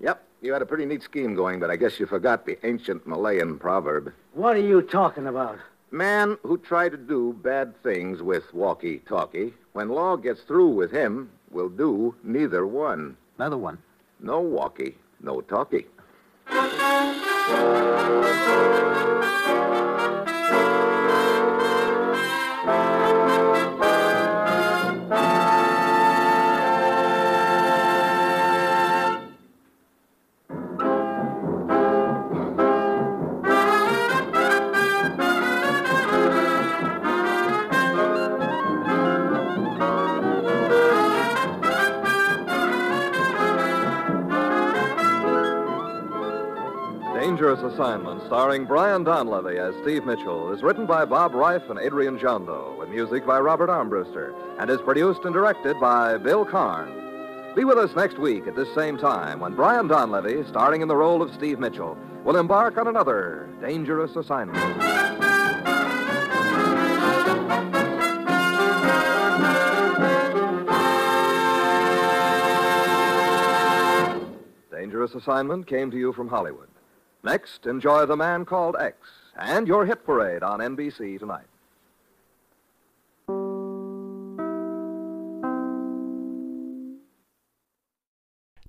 [SPEAKER 3] Yep, you had a pretty neat scheme going, but I guess you forgot the ancient Malayan proverb.
[SPEAKER 13] What are you talking about?
[SPEAKER 3] Man who tried to do bad things with walkie talkie, when law gets through with him, will do neither one.
[SPEAKER 12] Another one.
[SPEAKER 3] No walkie, no talkie.
[SPEAKER 4] Dangerous Assignment, starring Brian Donlevy as Steve Mitchell, is written by Bob Reif and Adrian Jondo, with music by Robert Armbruster, and is produced and directed by Bill Carn. Be with us next week at this same time when Brian Donlevy, starring in the role of Steve Mitchell, will embark on another dangerous assignment. Dangerous Assignment came to you from Hollywood. Next, enjoy The Man Called X and your hit parade on NBC tonight.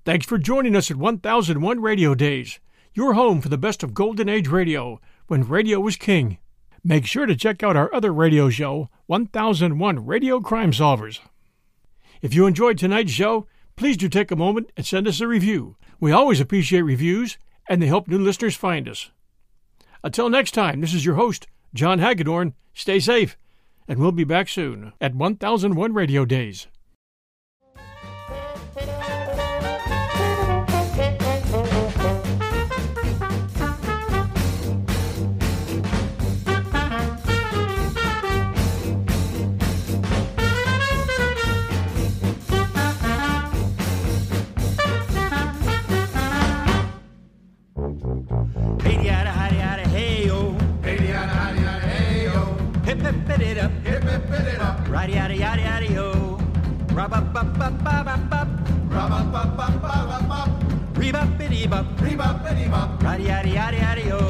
[SPEAKER 1] Thanks for joining us at 1001 Radio Days, your home for the best of Golden Age radio, when radio was king. Make sure to check out our other radio show, 1001 Radio Crime Solvers. If you enjoyed tonight's show, please do take a moment and send us a review. We always appreciate reviews, and they help new listeners find us. Until next time, this is your host, John Hagedorn. Stay safe, and we'll be back soon at 1001 Radio Days.
[SPEAKER 18] Hey yada hidey yada hey yo. Hey yada hidey yada hey yo. Hip hip hip it up. Hip hip hip it up. Right yada yada yada yo. Rub up up up up up up. Rub up up up up up up. Reba bitty bop. Reba bitty bop. Right yada yada yada yo.